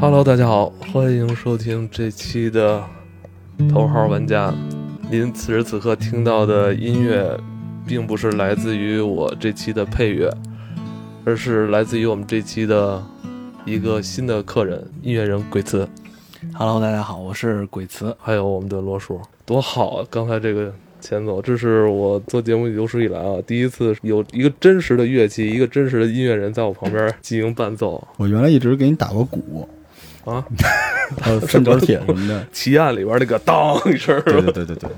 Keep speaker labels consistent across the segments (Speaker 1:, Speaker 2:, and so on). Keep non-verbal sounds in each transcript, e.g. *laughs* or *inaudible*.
Speaker 1: Hello，大家好，欢迎收听这期的头号玩家。您此时此刻听到的音乐，并不是来自于我这期的配乐，而是来自于我们这期的一个新的客人——音乐人鬼子，
Speaker 2: Hello，大家好，我是鬼词。
Speaker 1: 还有我们的罗叔，多好啊！刚才这个前奏，这是我做节目有史以来啊第一次有一个真实的乐器，一个真实的音乐人在我旁边进行伴奏
Speaker 3: 我原来一直给你打过鼓，
Speaker 1: 啊，。
Speaker 3: *laughs* 还有三角铁什么
Speaker 2: *laughs*
Speaker 3: 的
Speaker 1: 奇案里边那个当一声儿。
Speaker 3: 对对对对对，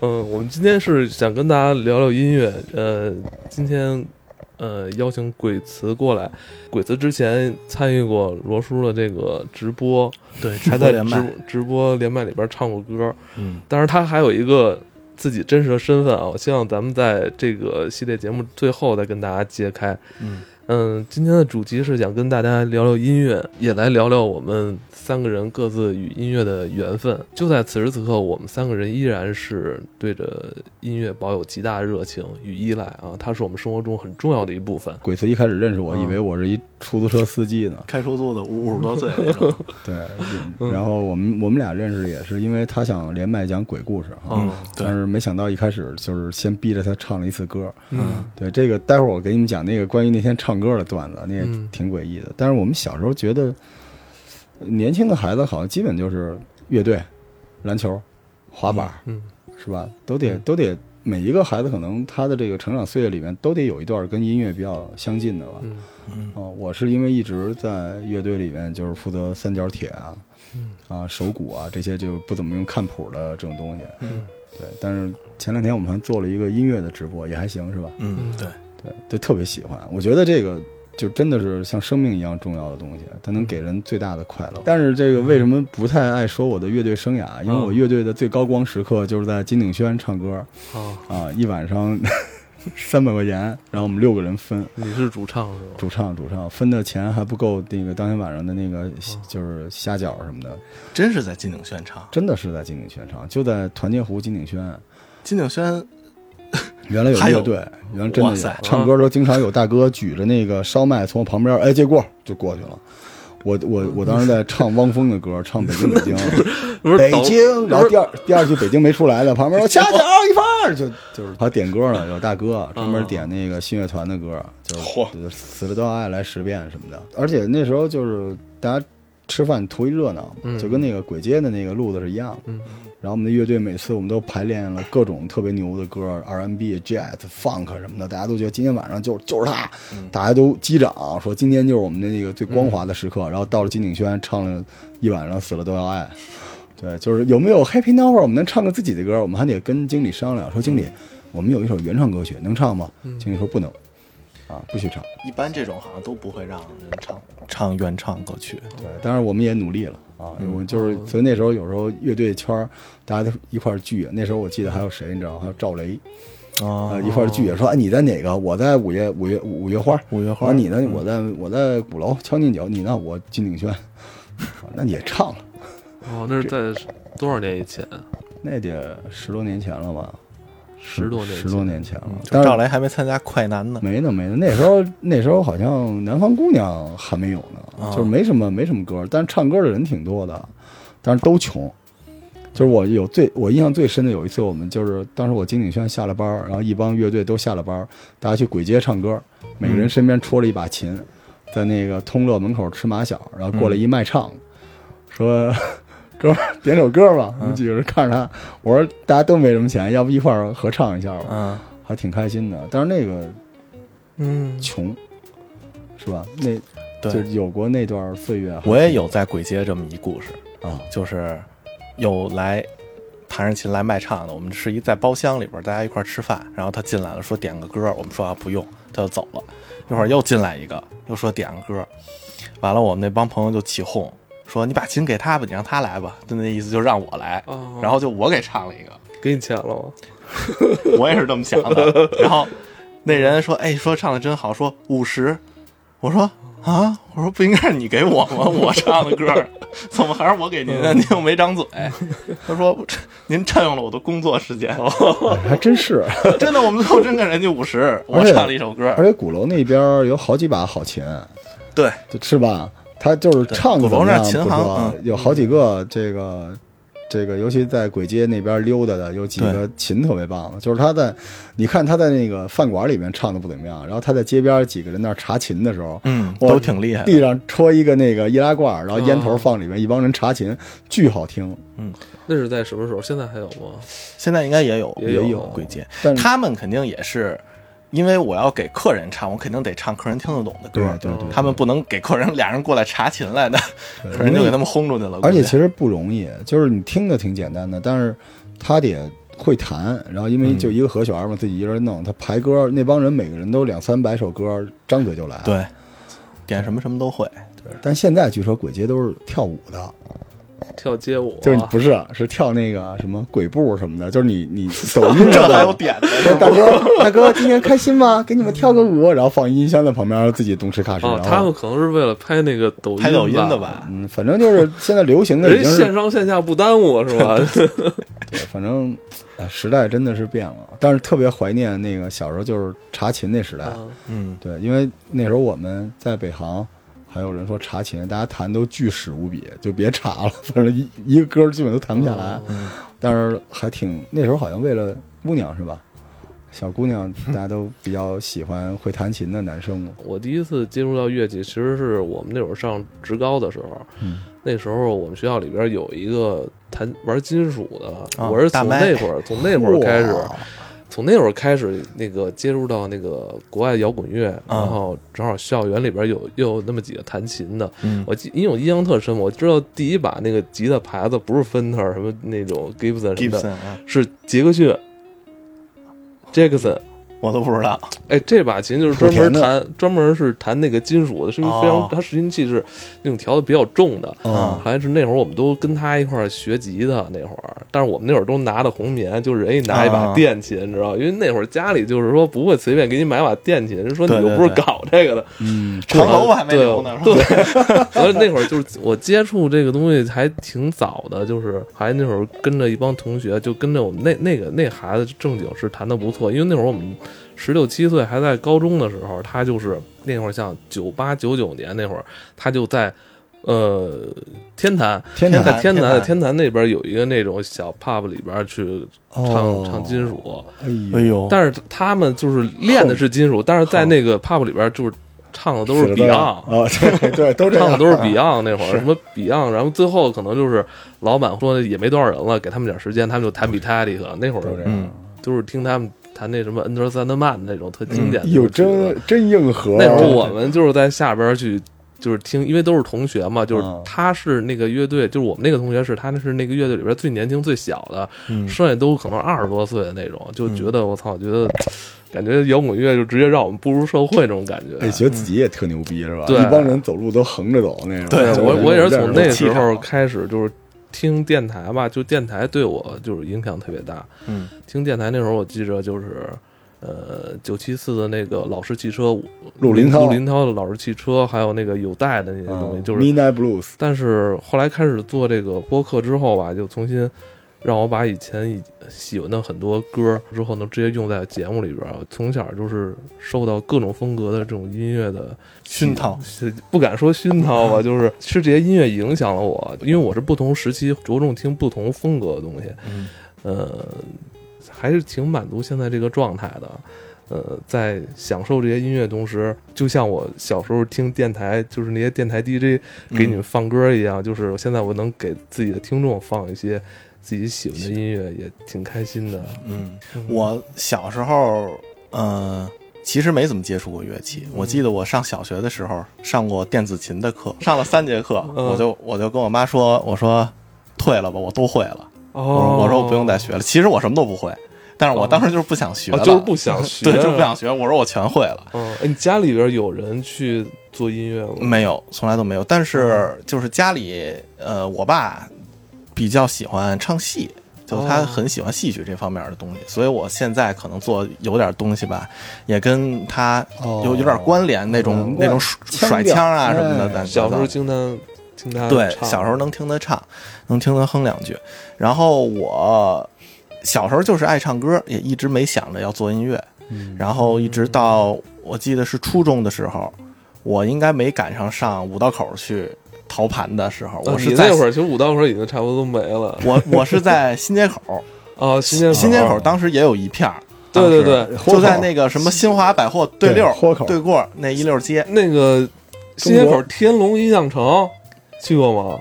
Speaker 1: 嗯，我们今天是想跟大家聊聊音乐。呃，今天呃邀请鬼词过来，鬼词之前参与过罗叔的这个直播，
Speaker 3: *laughs*
Speaker 2: 对，
Speaker 1: 还
Speaker 2: 直播
Speaker 1: 在
Speaker 2: 连麦
Speaker 1: 直。直播连麦里边唱过歌。
Speaker 2: 嗯，
Speaker 1: 但是他还有一个自己真实的身份啊，我希望咱们在这个系列节目最后再跟大家揭开。
Speaker 2: 嗯
Speaker 1: 嗯，今天的主题是想跟大家聊聊音乐，也来聊聊我们三个人各自与音乐的缘分。就在此时此刻，我们三个人依然是对着音乐保有极大的热情与依赖啊，它是我们生活中很重要的一部分。
Speaker 3: 鬼子一开始认识我，
Speaker 1: 嗯
Speaker 3: 以为我是一出租车司机呢。
Speaker 2: 开出租的五五十
Speaker 1: *laughs*
Speaker 2: 多岁那种。
Speaker 3: 对，
Speaker 2: 嗯
Speaker 3: 然后我们我们俩认识也是因为他想连麦讲鬼故事哈，
Speaker 1: 嗯
Speaker 2: 对
Speaker 3: 但是没想到一开始就是先逼着他唱了一次歌。
Speaker 1: 嗯
Speaker 3: 对，这个待会儿我给你们讲那个关于那天唱歌的段子，那也
Speaker 1: 嗯
Speaker 3: 挺诡异的。但是我们小时候觉得，年轻的孩子好像基本就是乐队、篮球、滑板，
Speaker 1: 嗯
Speaker 3: 是吧？都得都得，每一个孩子可能他的这个成长岁月里面都得有一段跟音乐比较相近的吧。
Speaker 1: 嗯
Speaker 3: 哦，我是因为一直在乐队里面就是负责三角铁啊，
Speaker 1: 嗯
Speaker 3: 啊手鼓啊这些就不怎么用看谱的这种东西。
Speaker 1: 嗯
Speaker 3: 对，但是前两天我们还做了一个音乐的直播，也还行是吧？
Speaker 2: 嗯，对，
Speaker 3: 对，就特别喜欢。我觉得这个就真的是像生命一样重要的东西，它能给人最大的快乐。但是这个为什么不太爱说我的乐队生涯？因为我乐队的最高光时刻就是在金鼎轩唱歌
Speaker 1: 啊，
Speaker 3: 啊，一晚上 *laughs* 三百块钱，然后我们六个人分。
Speaker 1: 你是主唱是吧？
Speaker 3: 主唱，主唱分的钱还不够那个当天晚上的那个就是虾饺什么的，
Speaker 2: 真是在金鼎轩唱。
Speaker 3: 真的是在金鼎轩唱，就在团结湖金鼎轩。
Speaker 2: 金鼎轩，
Speaker 3: 原来有
Speaker 2: 还有
Speaker 3: 乐队，原来真
Speaker 2: 哇
Speaker 3: 的
Speaker 2: 塞
Speaker 3: 有唱歌的时候，经常有大哥举着那个烧麦从我旁边，哎，借过就过去了。我我我当时在唱汪峰的歌，唱北京北京
Speaker 2: *laughs*
Speaker 1: 不是
Speaker 3: 北
Speaker 1: 抖
Speaker 3: 京，然后第二第二句北京没出来的，
Speaker 1: *laughs*
Speaker 3: 旁边说恰巧一块儿，就就是还点歌呢，有大哥
Speaker 1: 嗯
Speaker 3: 专门点那个新乐团的歌，就是
Speaker 2: 嚯
Speaker 3: 就是死了都要爱来十遍什么的。而且那时候就是大家吃饭图一热闹，
Speaker 1: 嗯
Speaker 3: 就跟那个鬼街的那个路子是一样的。然后我们的乐队每次我们都排练了各种特别牛的歌，R&B、Jazz、Funk 什么的，大家都觉得今天晚上就就是他，
Speaker 1: 嗯
Speaker 3: 大家都击掌说今天就是我们的那个最光滑的时刻。然后到了金鼎轩唱了一晚上，死了都要爱。对，就是有没有 Happy Now，我们能唱个自己的歌，我们还得跟经理商量，说经理，我们有一首原创歌曲，能唱吗？
Speaker 1: 嗯
Speaker 3: 经理说不能，啊，不许唱。
Speaker 2: 一般这种好像都不会让人唱唱原唱歌曲。
Speaker 3: 对，当然我们也努力了啊，
Speaker 1: 嗯
Speaker 3: 我们就是所以那时候有时候乐队圈儿大家都一块儿聚，那时候我记得还有谁你知道吗，还有赵雷啊、
Speaker 1: 哦
Speaker 2: 啊，
Speaker 3: 一块儿聚，说哎你在哪个？我在五月五月五月花，
Speaker 2: 五月花
Speaker 1: 嗯
Speaker 3: 啊你呢？我在我在鼓楼敲金九，你呢？我金鼎轩， *laughs* 啊那也唱了，
Speaker 1: 哦，那是在多少年以前？
Speaker 3: 那得十多年前了吧？
Speaker 1: 十多年前，嗯
Speaker 3: 十多年前了，
Speaker 2: 就
Speaker 3: 但是
Speaker 2: 赵雷还没参加快男呢。
Speaker 3: *laughs* 没呢，没呢。那时候那时候好像南方姑娘还没有呢，
Speaker 2: 啊
Speaker 3: 就是没什么没什么歌，但是唱歌的人挺多的，但是都穷。就是我有最我印象最深的有一次，我们就是当时我金鼎轩下了班儿，然后一帮乐队都下了班儿，大家去鬼街唱歌，每个人
Speaker 2: 嗯
Speaker 3: 身边戳了一把琴，在那个通乐门口吃马小，然后过
Speaker 2: 嗯
Speaker 3: 来一卖唱的，说。哥们儿点首歌吧，
Speaker 2: 嗯
Speaker 3: 我们几个人看着他，我说大家都没什么钱，要不一块儿合唱一下吧，
Speaker 2: 嗯
Speaker 3: 还挺开心的。但是那个
Speaker 1: 嗯，
Speaker 3: 穷，是吧？那就
Speaker 2: 对，
Speaker 3: 有过那段岁月哈
Speaker 2: 我也有在鬼街这么一故事，
Speaker 3: 啊，
Speaker 2: 就是有来。弹着琴来卖唱的，我们是一在包厢里边，大家一块儿吃饭，然后他进来了，说点个歌，我们说啊不用，他就走了。一会儿又进来一个，又说点个歌，完了我们那帮朋友就起哄，说你把琴给他吧，你让他来吧，就那意思就让我来，
Speaker 1: 哦
Speaker 2: 然后就我给唱了一个，
Speaker 1: 给你钱了吗？
Speaker 2: *laughs* 我也是这么想的。
Speaker 3: *laughs*
Speaker 2: 然后那人说，哎，说唱的真好，说五十，我说啊，我说不应该是你给我
Speaker 3: *laughs*
Speaker 2: 吗？我唱的歌儿怎么还是我给您
Speaker 3: 嗯
Speaker 2: 的？您又
Speaker 3: *laughs*
Speaker 2: 没张嘴。他说您占用了我的工作时间，哦
Speaker 3: *laughs* 还真是。
Speaker 2: 真的，我们最后真给人家五十，我
Speaker 3: 而且
Speaker 2: 唱了一首歌
Speaker 3: 而
Speaker 2: 儿，
Speaker 3: 且鼓楼那边有好几把好琴，
Speaker 2: 对。
Speaker 3: 就是吧？他就是唱怎
Speaker 2: 对鼓楼
Speaker 3: 么
Speaker 2: 那儿
Speaker 3: 样不
Speaker 2: 琴行
Speaker 3: 说
Speaker 2: 嗯，
Speaker 3: 有好几个这个这个，尤其在簋街那边溜达的，有几
Speaker 2: 对
Speaker 3: 个琴特别棒的，就是他在你看他在那个饭馆里面唱的不怎么样，然后他在街边几个人那儿查琴的时候，
Speaker 2: 嗯，
Speaker 3: 我
Speaker 2: 都挺厉害的。
Speaker 3: 地上戳一个那个易拉罐，然后烟
Speaker 2: 哦
Speaker 3: 头
Speaker 1: 啊
Speaker 3: 放里面，一帮人查琴，巨好听。
Speaker 1: 那是在什么时候？现在还有吗？
Speaker 2: 现在应该也有
Speaker 1: 也有
Speaker 2: 鬼街，
Speaker 3: 但是
Speaker 2: 他们肯定也是，因为我要给客人唱，我肯定得唱客人听得懂的
Speaker 3: 对
Speaker 2: 歌。
Speaker 3: 对对，
Speaker 2: 他们不能给客人俩人过来查琴来的，
Speaker 3: 呃
Speaker 2: 客人就给他们轰出去了。
Speaker 3: 嗯而且
Speaker 2: 估计
Speaker 3: 其实不容易，就是你听的挺简单的，但是他得会弹，然后因为就一个和弦嘛，自己一人弄，他排歌，那帮人每个人都两三百首歌，张嘴就来。，
Speaker 2: 对，点什么什么都会。
Speaker 3: 但现在据说鬼街都是跳舞的，哦
Speaker 1: 跳街舞啊，
Speaker 3: 就是你不是是跳那个什么鬼步什么的，就是你 *laughs* 你抖音上
Speaker 2: 这还有
Speaker 3: 的。
Speaker 2: 点的，
Speaker 3: 说大哥， *laughs* 大哥，今天开心吗？给你们跳个舞，然后放音箱在旁边，然后自己动吃卡吃。
Speaker 1: 哦，
Speaker 3: 然
Speaker 1: 他
Speaker 3: 后，
Speaker 1: 们可能是为了拍那个抖音
Speaker 2: 拍抖音的
Speaker 1: 吧？
Speaker 2: 吧？
Speaker 3: 嗯，反正就是现在流行的已
Speaker 1: 人
Speaker 3: 经
Speaker 1: 家
Speaker 3: 是
Speaker 1: 线上线下不耽误是
Speaker 3: *laughs*
Speaker 1: 吧？
Speaker 3: 反正哎时代真的是变了，但是特别怀念那个小时候就是查琴那时代。
Speaker 1: 啊
Speaker 2: 嗯，
Speaker 3: 对，因为那时候我们在北航，还有人说查琴，大家弹都巨屎无比，就别查了， *laughs* 反正一一个歌基本都弹不下来。
Speaker 2: 嗯
Speaker 3: 但是还挺那时候好像为了姑娘是吧？小
Speaker 1: *laughs*
Speaker 3: 姑娘大家都比较喜欢会弹琴的男生嘛。
Speaker 1: 我第一次接触到乐器，其实是我们那会儿上职高的时候，
Speaker 3: 嗯
Speaker 1: 那时候我们学校里边有一个弹玩金属的，
Speaker 2: 啊
Speaker 1: 我是
Speaker 2: 大
Speaker 1: 从
Speaker 2: 麦
Speaker 1: 那会儿从那会儿开始，
Speaker 3: 哇
Speaker 1: 从那会儿开始那个接触到那个国外摇滚乐，
Speaker 3: 啊
Speaker 1: 然后正好校园里边有又有那么几个弹琴的，
Speaker 2: 嗯
Speaker 1: 我记因为我印象特深，我知道第一把那个吉他牌子不是芬特什么那种 Gibson 什么的，
Speaker 2: ，Gibson 啊，
Speaker 1: 是杰克逊。Jackson，
Speaker 2: 我都不知道。
Speaker 1: 哎，这把琴就是
Speaker 3: 莆
Speaker 1: 专门
Speaker 3: 田的
Speaker 1: 弹，专门是弹那个金属的，是因为非常
Speaker 2: 哦，
Speaker 1: 它拾音器是那种调的比较重的。
Speaker 3: 啊
Speaker 2: 啊，
Speaker 1: 好像是那会儿我们都跟他一块儿学吉他那会儿，但是我们那会儿都拿着红棉，就是人家拿一把
Speaker 2: 啊
Speaker 1: 电琴，你知道吧，因为那会儿家里就是说不会随便给你买把电琴，人说你
Speaker 2: 对
Speaker 1: 又
Speaker 2: 对
Speaker 1: 不是
Speaker 2: 对
Speaker 1: 搞这个的，
Speaker 3: 嗯，
Speaker 2: 长头发还没留呢，
Speaker 1: 对
Speaker 2: 是吧？
Speaker 1: 所以那会儿就是我接触这个东西还挺早的，就是还那会儿跟着一帮同学，就跟着我们那那个那孩子正经是弹的不错，因为那会儿我们十六七岁还在高中的时候，他就是那会儿像九八九九年那会儿，他就在呃天坛，
Speaker 3: 天
Speaker 1: 在
Speaker 3: 坛
Speaker 2: 坛
Speaker 1: 天
Speaker 2: 天
Speaker 1: 坛
Speaker 2: 坛
Speaker 1: 在天坛那边有一个那种小 pub 里边去唱
Speaker 3: 哦
Speaker 1: 唱金属，
Speaker 3: 哎呦
Speaker 2: 哎呦，
Speaker 1: 但是他们就是练的是金属，但是在那个 pub 里边就是唱的都是
Speaker 3: 死的
Speaker 1: Beyond。
Speaker 3: 啊，对 *laughs* 对，都这
Speaker 1: 唱的
Speaker 3: 样。
Speaker 1: 都是 Beyond 那会儿，什么 Beyond，然后最后可能就是老板说也没多少人了，给他们点时间，他们就弹 b i t a l i c 那会
Speaker 3: 都这
Speaker 1: 儿
Speaker 3: 样
Speaker 2: 嗯
Speaker 1: 就是听他们弹那什么 Enter Sandman 那种
Speaker 3: 嗯
Speaker 1: 特经典的
Speaker 3: 有
Speaker 1: 那种曲
Speaker 3: 真
Speaker 1: 子。
Speaker 3: 真硬核。啊
Speaker 1: 那会儿我们就是在下边去。就是听，因为都是同学嘛，就是
Speaker 3: 嗯
Speaker 1: 他是那个乐队，就是我们那个同学是他是那个乐队里边最年轻最小的，
Speaker 2: 嗯
Speaker 1: 剩下都可能二十多岁的那种，就
Speaker 2: 嗯
Speaker 1: 觉得我操，觉得感觉摇滚乐就直接让我们步入社会那种感觉。啊
Speaker 3: 哎，觉得自己也特牛逼是吧？
Speaker 1: 对
Speaker 3: 一帮人走路都横着走那种。*laughs*
Speaker 2: 对
Speaker 3: 就是
Speaker 1: 我我也是从那
Speaker 3: 这
Speaker 1: 时
Speaker 2: 气
Speaker 1: 候
Speaker 2: 场
Speaker 1: 开始就是听电台吧，就电台对我就是影响特别大。
Speaker 2: 嗯
Speaker 1: 听电台那时候，我记着就是，呃，九七四的那个老式汽车，
Speaker 3: 陆林涛
Speaker 1: 陆林涛的老式汽车，还有那个有带的那些东西，
Speaker 3: 嗯
Speaker 1: 就是。
Speaker 3: Midnight Blues，
Speaker 1: 但是后来开始做这个播客之后吧，就重新让我把以前以喜欢的很多歌儿之后呢，直接用在节目里边儿。从小就是受到各种风格的这种音乐的
Speaker 2: 熏陶
Speaker 1: 是 *laughs* 不敢说熏陶吧，就是是这些音乐影响了我，因为我是不同时期着重听不同风格的东西，
Speaker 2: 嗯
Speaker 1: 呃，还是挺满足现在这个状态的。呃，在享受这些音乐同时，就像我小时候听电台，就是那些电台 DJ 给你们放歌一样，就是现在我能给自己的听众放一些自己喜欢的音乐，也挺开心的。
Speaker 2: 嗯，我小时候，嗯、其实没怎么接触过乐器。我记得我上小学的时候上过电子琴的课，上了三节课，
Speaker 1: 嗯
Speaker 2: 我就我就跟我妈说，我说退了吧，我都会了，我说我说我不用再学了。其实我什么都不会，但是我当时就是不想学
Speaker 1: 哦哦
Speaker 2: 了，
Speaker 1: 就是不
Speaker 2: *laughs*
Speaker 1: 想学
Speaker 2: 对，就是不想学。我说我全会了。
Speaker 1: 嗯，哎你家里边有人去做音乐吗？
Speaker 2: 没有，从来都没有。但是就是家里，呃，我爸比较喜欢唱戏，就他
Speaker 1: 哦
Speaker 2: 很喜欢戏曲这方面的东西，所以我现在可能做有点东西吧，也跟他
Speaker 3: 哦
Speaker 2: 有有点关联，那种
Speaker 3: 难怪
Speaker 2: 那种甩
Speaker 3: 腔调
Speaker 2: 甩腔啊什么的。
Speaker 3: 哎
Speaker 2: 但
Speaker 1: 小时候
Speaker 2: 但
Speaker 1: 经常听他
Speaker 2: 对，
Speaker 1: 唱
Speaker 2: 小时候能听他唱，能听他哼两句。然后我小时候就是爱唱歌，也一直
Speaker 1: 嗯
Speaker 2: 没想着要做音乐。然后一直到我记得是初中的时候，我应该没赶上上五道口去淘盘的时候，我
Speaker 1: 啊
Speaker 2: 是
Speaker 1: 你
Speaker 2: 在、
Speaker 1: 那会儿，其实五道口已经差不多都没了。
Speaker 2: 我我是在新街口，
Speaker 1: 哦，新街
Speaker 2: 新
Speaker 1: 口，
Speaker 2: 街口当时也有一片儿，
Speaker 1: 对对对，
Speaker 3: 豁口
Speaker 2: 就在那个什么新华百货对溜儿
Speaker 3: 对豁口
Speaker 2: 对过儿那一溜儿街，
Speaker 1: 那个新街口天龙音像城去过吗？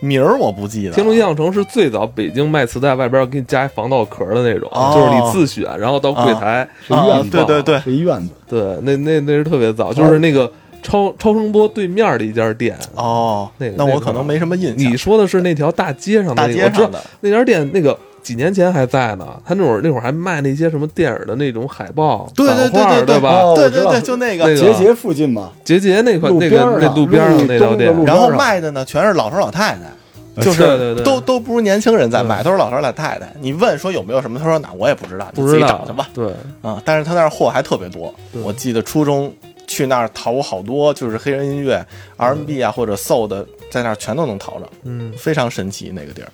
Speaker 2: 名儿我不记得了。
Speaker 1: 天龙音像城是最早北京卖磁带外边给你加一防盗壳的那种，
Speaker 2: 哦
Speaker 1: 就是你自选，然后到柜台。
Speaker 3: 是一院
Speaker 2: 啊
Speaker 3: 子，
Speaker 2: 对对对，
Speaker 3: 是一院子，
Speaker 1: 对，那那那是特别早，就是那个超超声波对面的一家店。
Speaker 2: 哦，
Speaker 1: 那个
Speaker 2: 那
Speaker 1: 那
Speaker 2: 我
Speaker 1: 个
Speaker 2: 可能没什么印象。
Speaker 1: 你说的是那条大街上的
Speaker 2: 大
Speaker 1: 那个，
Speaker 2: 街
Speaker 1: 我知道
Speaker 2: 上的
Speaker 1: 那家店那个几年前还在呢，他那会儿那会儿还卖那些什么电影的那种海报、
Speaker 2: 对对对
Speaker 1: 版画
Speaker 2: 对
Speaker 1: 对吧？
Speaker 3: 哦
Speaker 2: 对
Speaker 3: 我知
Speaker 2: 对
Speaker 3: 道
Speaker 2: 对，就那
Speaker 1: 那
Speaker 2: 个
Speaker 1: 个。
Speaker 3: 结节附近嘛，
Speaker 1: 杰杰那块
Speaker 3: 路
Speaker 1: 那
Speaker 3: 边
Speaker 1: 个
Speaker 3: 儿
Speaker 1: 那
Speaker 3: 上
Speaker 1: 路边儿上
Speaker 3: 路
Speaker 1: 那条
Speaker 3: 东
Speaker 1: 店
Speaker 3: 的，路
Speaker 2: 然后
Speaker 3: 边上
Speaker 2: 卖的呢，全是老头老太太，
Speaker 1: 就是对对对，
Speaker 2: 都都不是年轻人在卖，都是老头老太太。你问说有没有什么，他说哪我也不知道，你
Speaker 1: 不
Speaker 2: 自
Speaker 1: 知
Speaker 2: 己
Speaker 1: 道
Speaker 2: 找去吧。
Speaker 1: 对，
Speaker 2: 啊，但是他那儿货还特别多。我记得初中去那儿淘过好多，就是黑人音乐、R&B 啊或者 soul 的，在那儿全都能淘着，
Speaker 1: 嗯，
Speaker 2: 非常神奇那个地儿。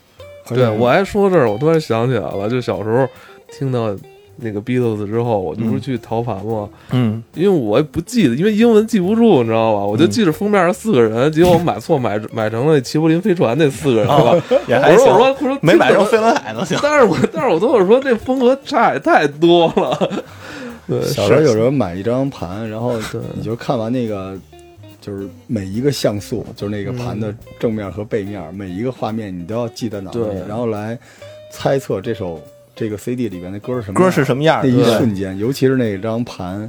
Speaker 1: 对我还说这儿，我突然想起来了，就小时候听到那个 Beatles 之后，我就不是去淘盘吗？
Speaker 2: 嗯，
Speaker 1: 因为我也不记得，因为英文记不住，你知道吧？我就记着封面上四个人，结果我买错买买成了齐柏林飞船那四个人了。
Speaker 2: 也哦还
Speaker 1: 我
Speaker 2: 行
Speaker 1: 说，我说我说
Speaker 2: 没买
Speaker 1: 着
Speaker 2: 成飞轮
Speaker 1: *laughs*
Speaker 2: 海都行。
Speaker 1: 但是我但是我都是说这风格差也太多了。 *laughs* 对，
Speaker 3: 小时候有时候买一张盘，然后
Speaker 1: 对
Speaker 3: 你就看完那个，就是每一个像素，就是那个盘的正面和背面，每一个画面你都要记在脑子里
Speaker 1: 对，
Speaker 3: 然后来猜测这首这个 CD 里边的歌是什么样
Speaker 2: 歌是什么样儿？
Speaker 3: 那一
Speaker 2: 对
Speaker 3: 瞬间，尤其是那张盘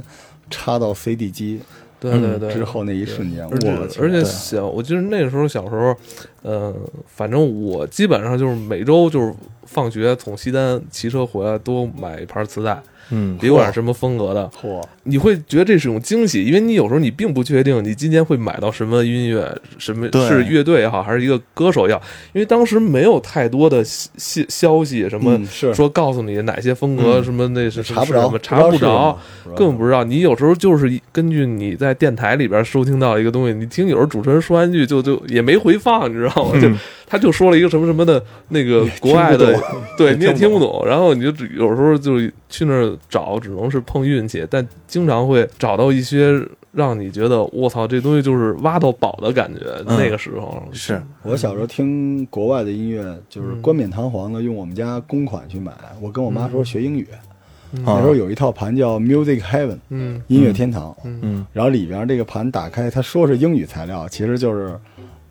Speaker 3: 插到 CD 机
Speaker 1: 对
Speaker 2: 嗯
Speaker 1: 对对，
Speaker 3: 之后那一瞬间，
Speaker 1: 而且
Speaker 3: 我去
Speaker 1: 而且
Speaker 2: 对
Speaker 1: 小，我记得那时候小时候，呃，反正我基本上就是每周就是放学从西单骑车回来都买一盘磁带，
Speaker 2: 嗯，
Speaker 1: 别管什么风格的，
Speaker 3: 嚯，
Speaker 1: 你会觉得这是一种惊喜，因为你有时候你并不确定你今天会买到什么音乐，什么
Speaker 2: 对
Speaker 1: 是乐队也好，还是一个歌手也好，因为当时没有太多的消消息什么
Speaker 3: 嗯。是
Speaker 1: 说告诉你哪些风格，什么那是
Speaker 3: 嗯查
Speaker 1: 是
Speaker 3: 不着
Speaker 1: 什么，查不着，
Speaker 3: 不知道是什么，
Speaker 1: 根本不知道。你有时候就是一根据你在电台里边收听到一个东西，你听有时候主持人说完一句就就也没回放，你知道吗？就他就说了一个什么什么的那个国外的
Speaker 3: 嗯 *laughs* 听不，
Speaker 1: 对你也
Speaker 2: 听
Speaker 1: 听
Speaker 2: 不
Speaker 1: 不懂。然后你就只有时候就去那儿找，只能是碰运气，但经常会找到一些让你觉得我操，这东西就是挖到宝的感觉。
Speaker 2: 嗯
Speaker 1: 那个时候
Speaker 2: 是
Speaker 3: 我小时候听国外的音乐，就是
Speaker 1: 嗯
Speaker 3: 冠冕堂皇的用我们家公款去买。我跟我妈
Speaker 1: 嗯
Speaker 3: 说学英语，
Speaker 1: 啊
Speaker 3: 那
Speaker 2: 啊
Speaker 3: 时候有一套盘叫 Music Heaven，
Speaker 1: 嗯，
Speaker 3: 音乐天堂。
Speaker 2: 嗯，
Speaker 3: 然后里边这个盘打开，它说是英语材料，其实就是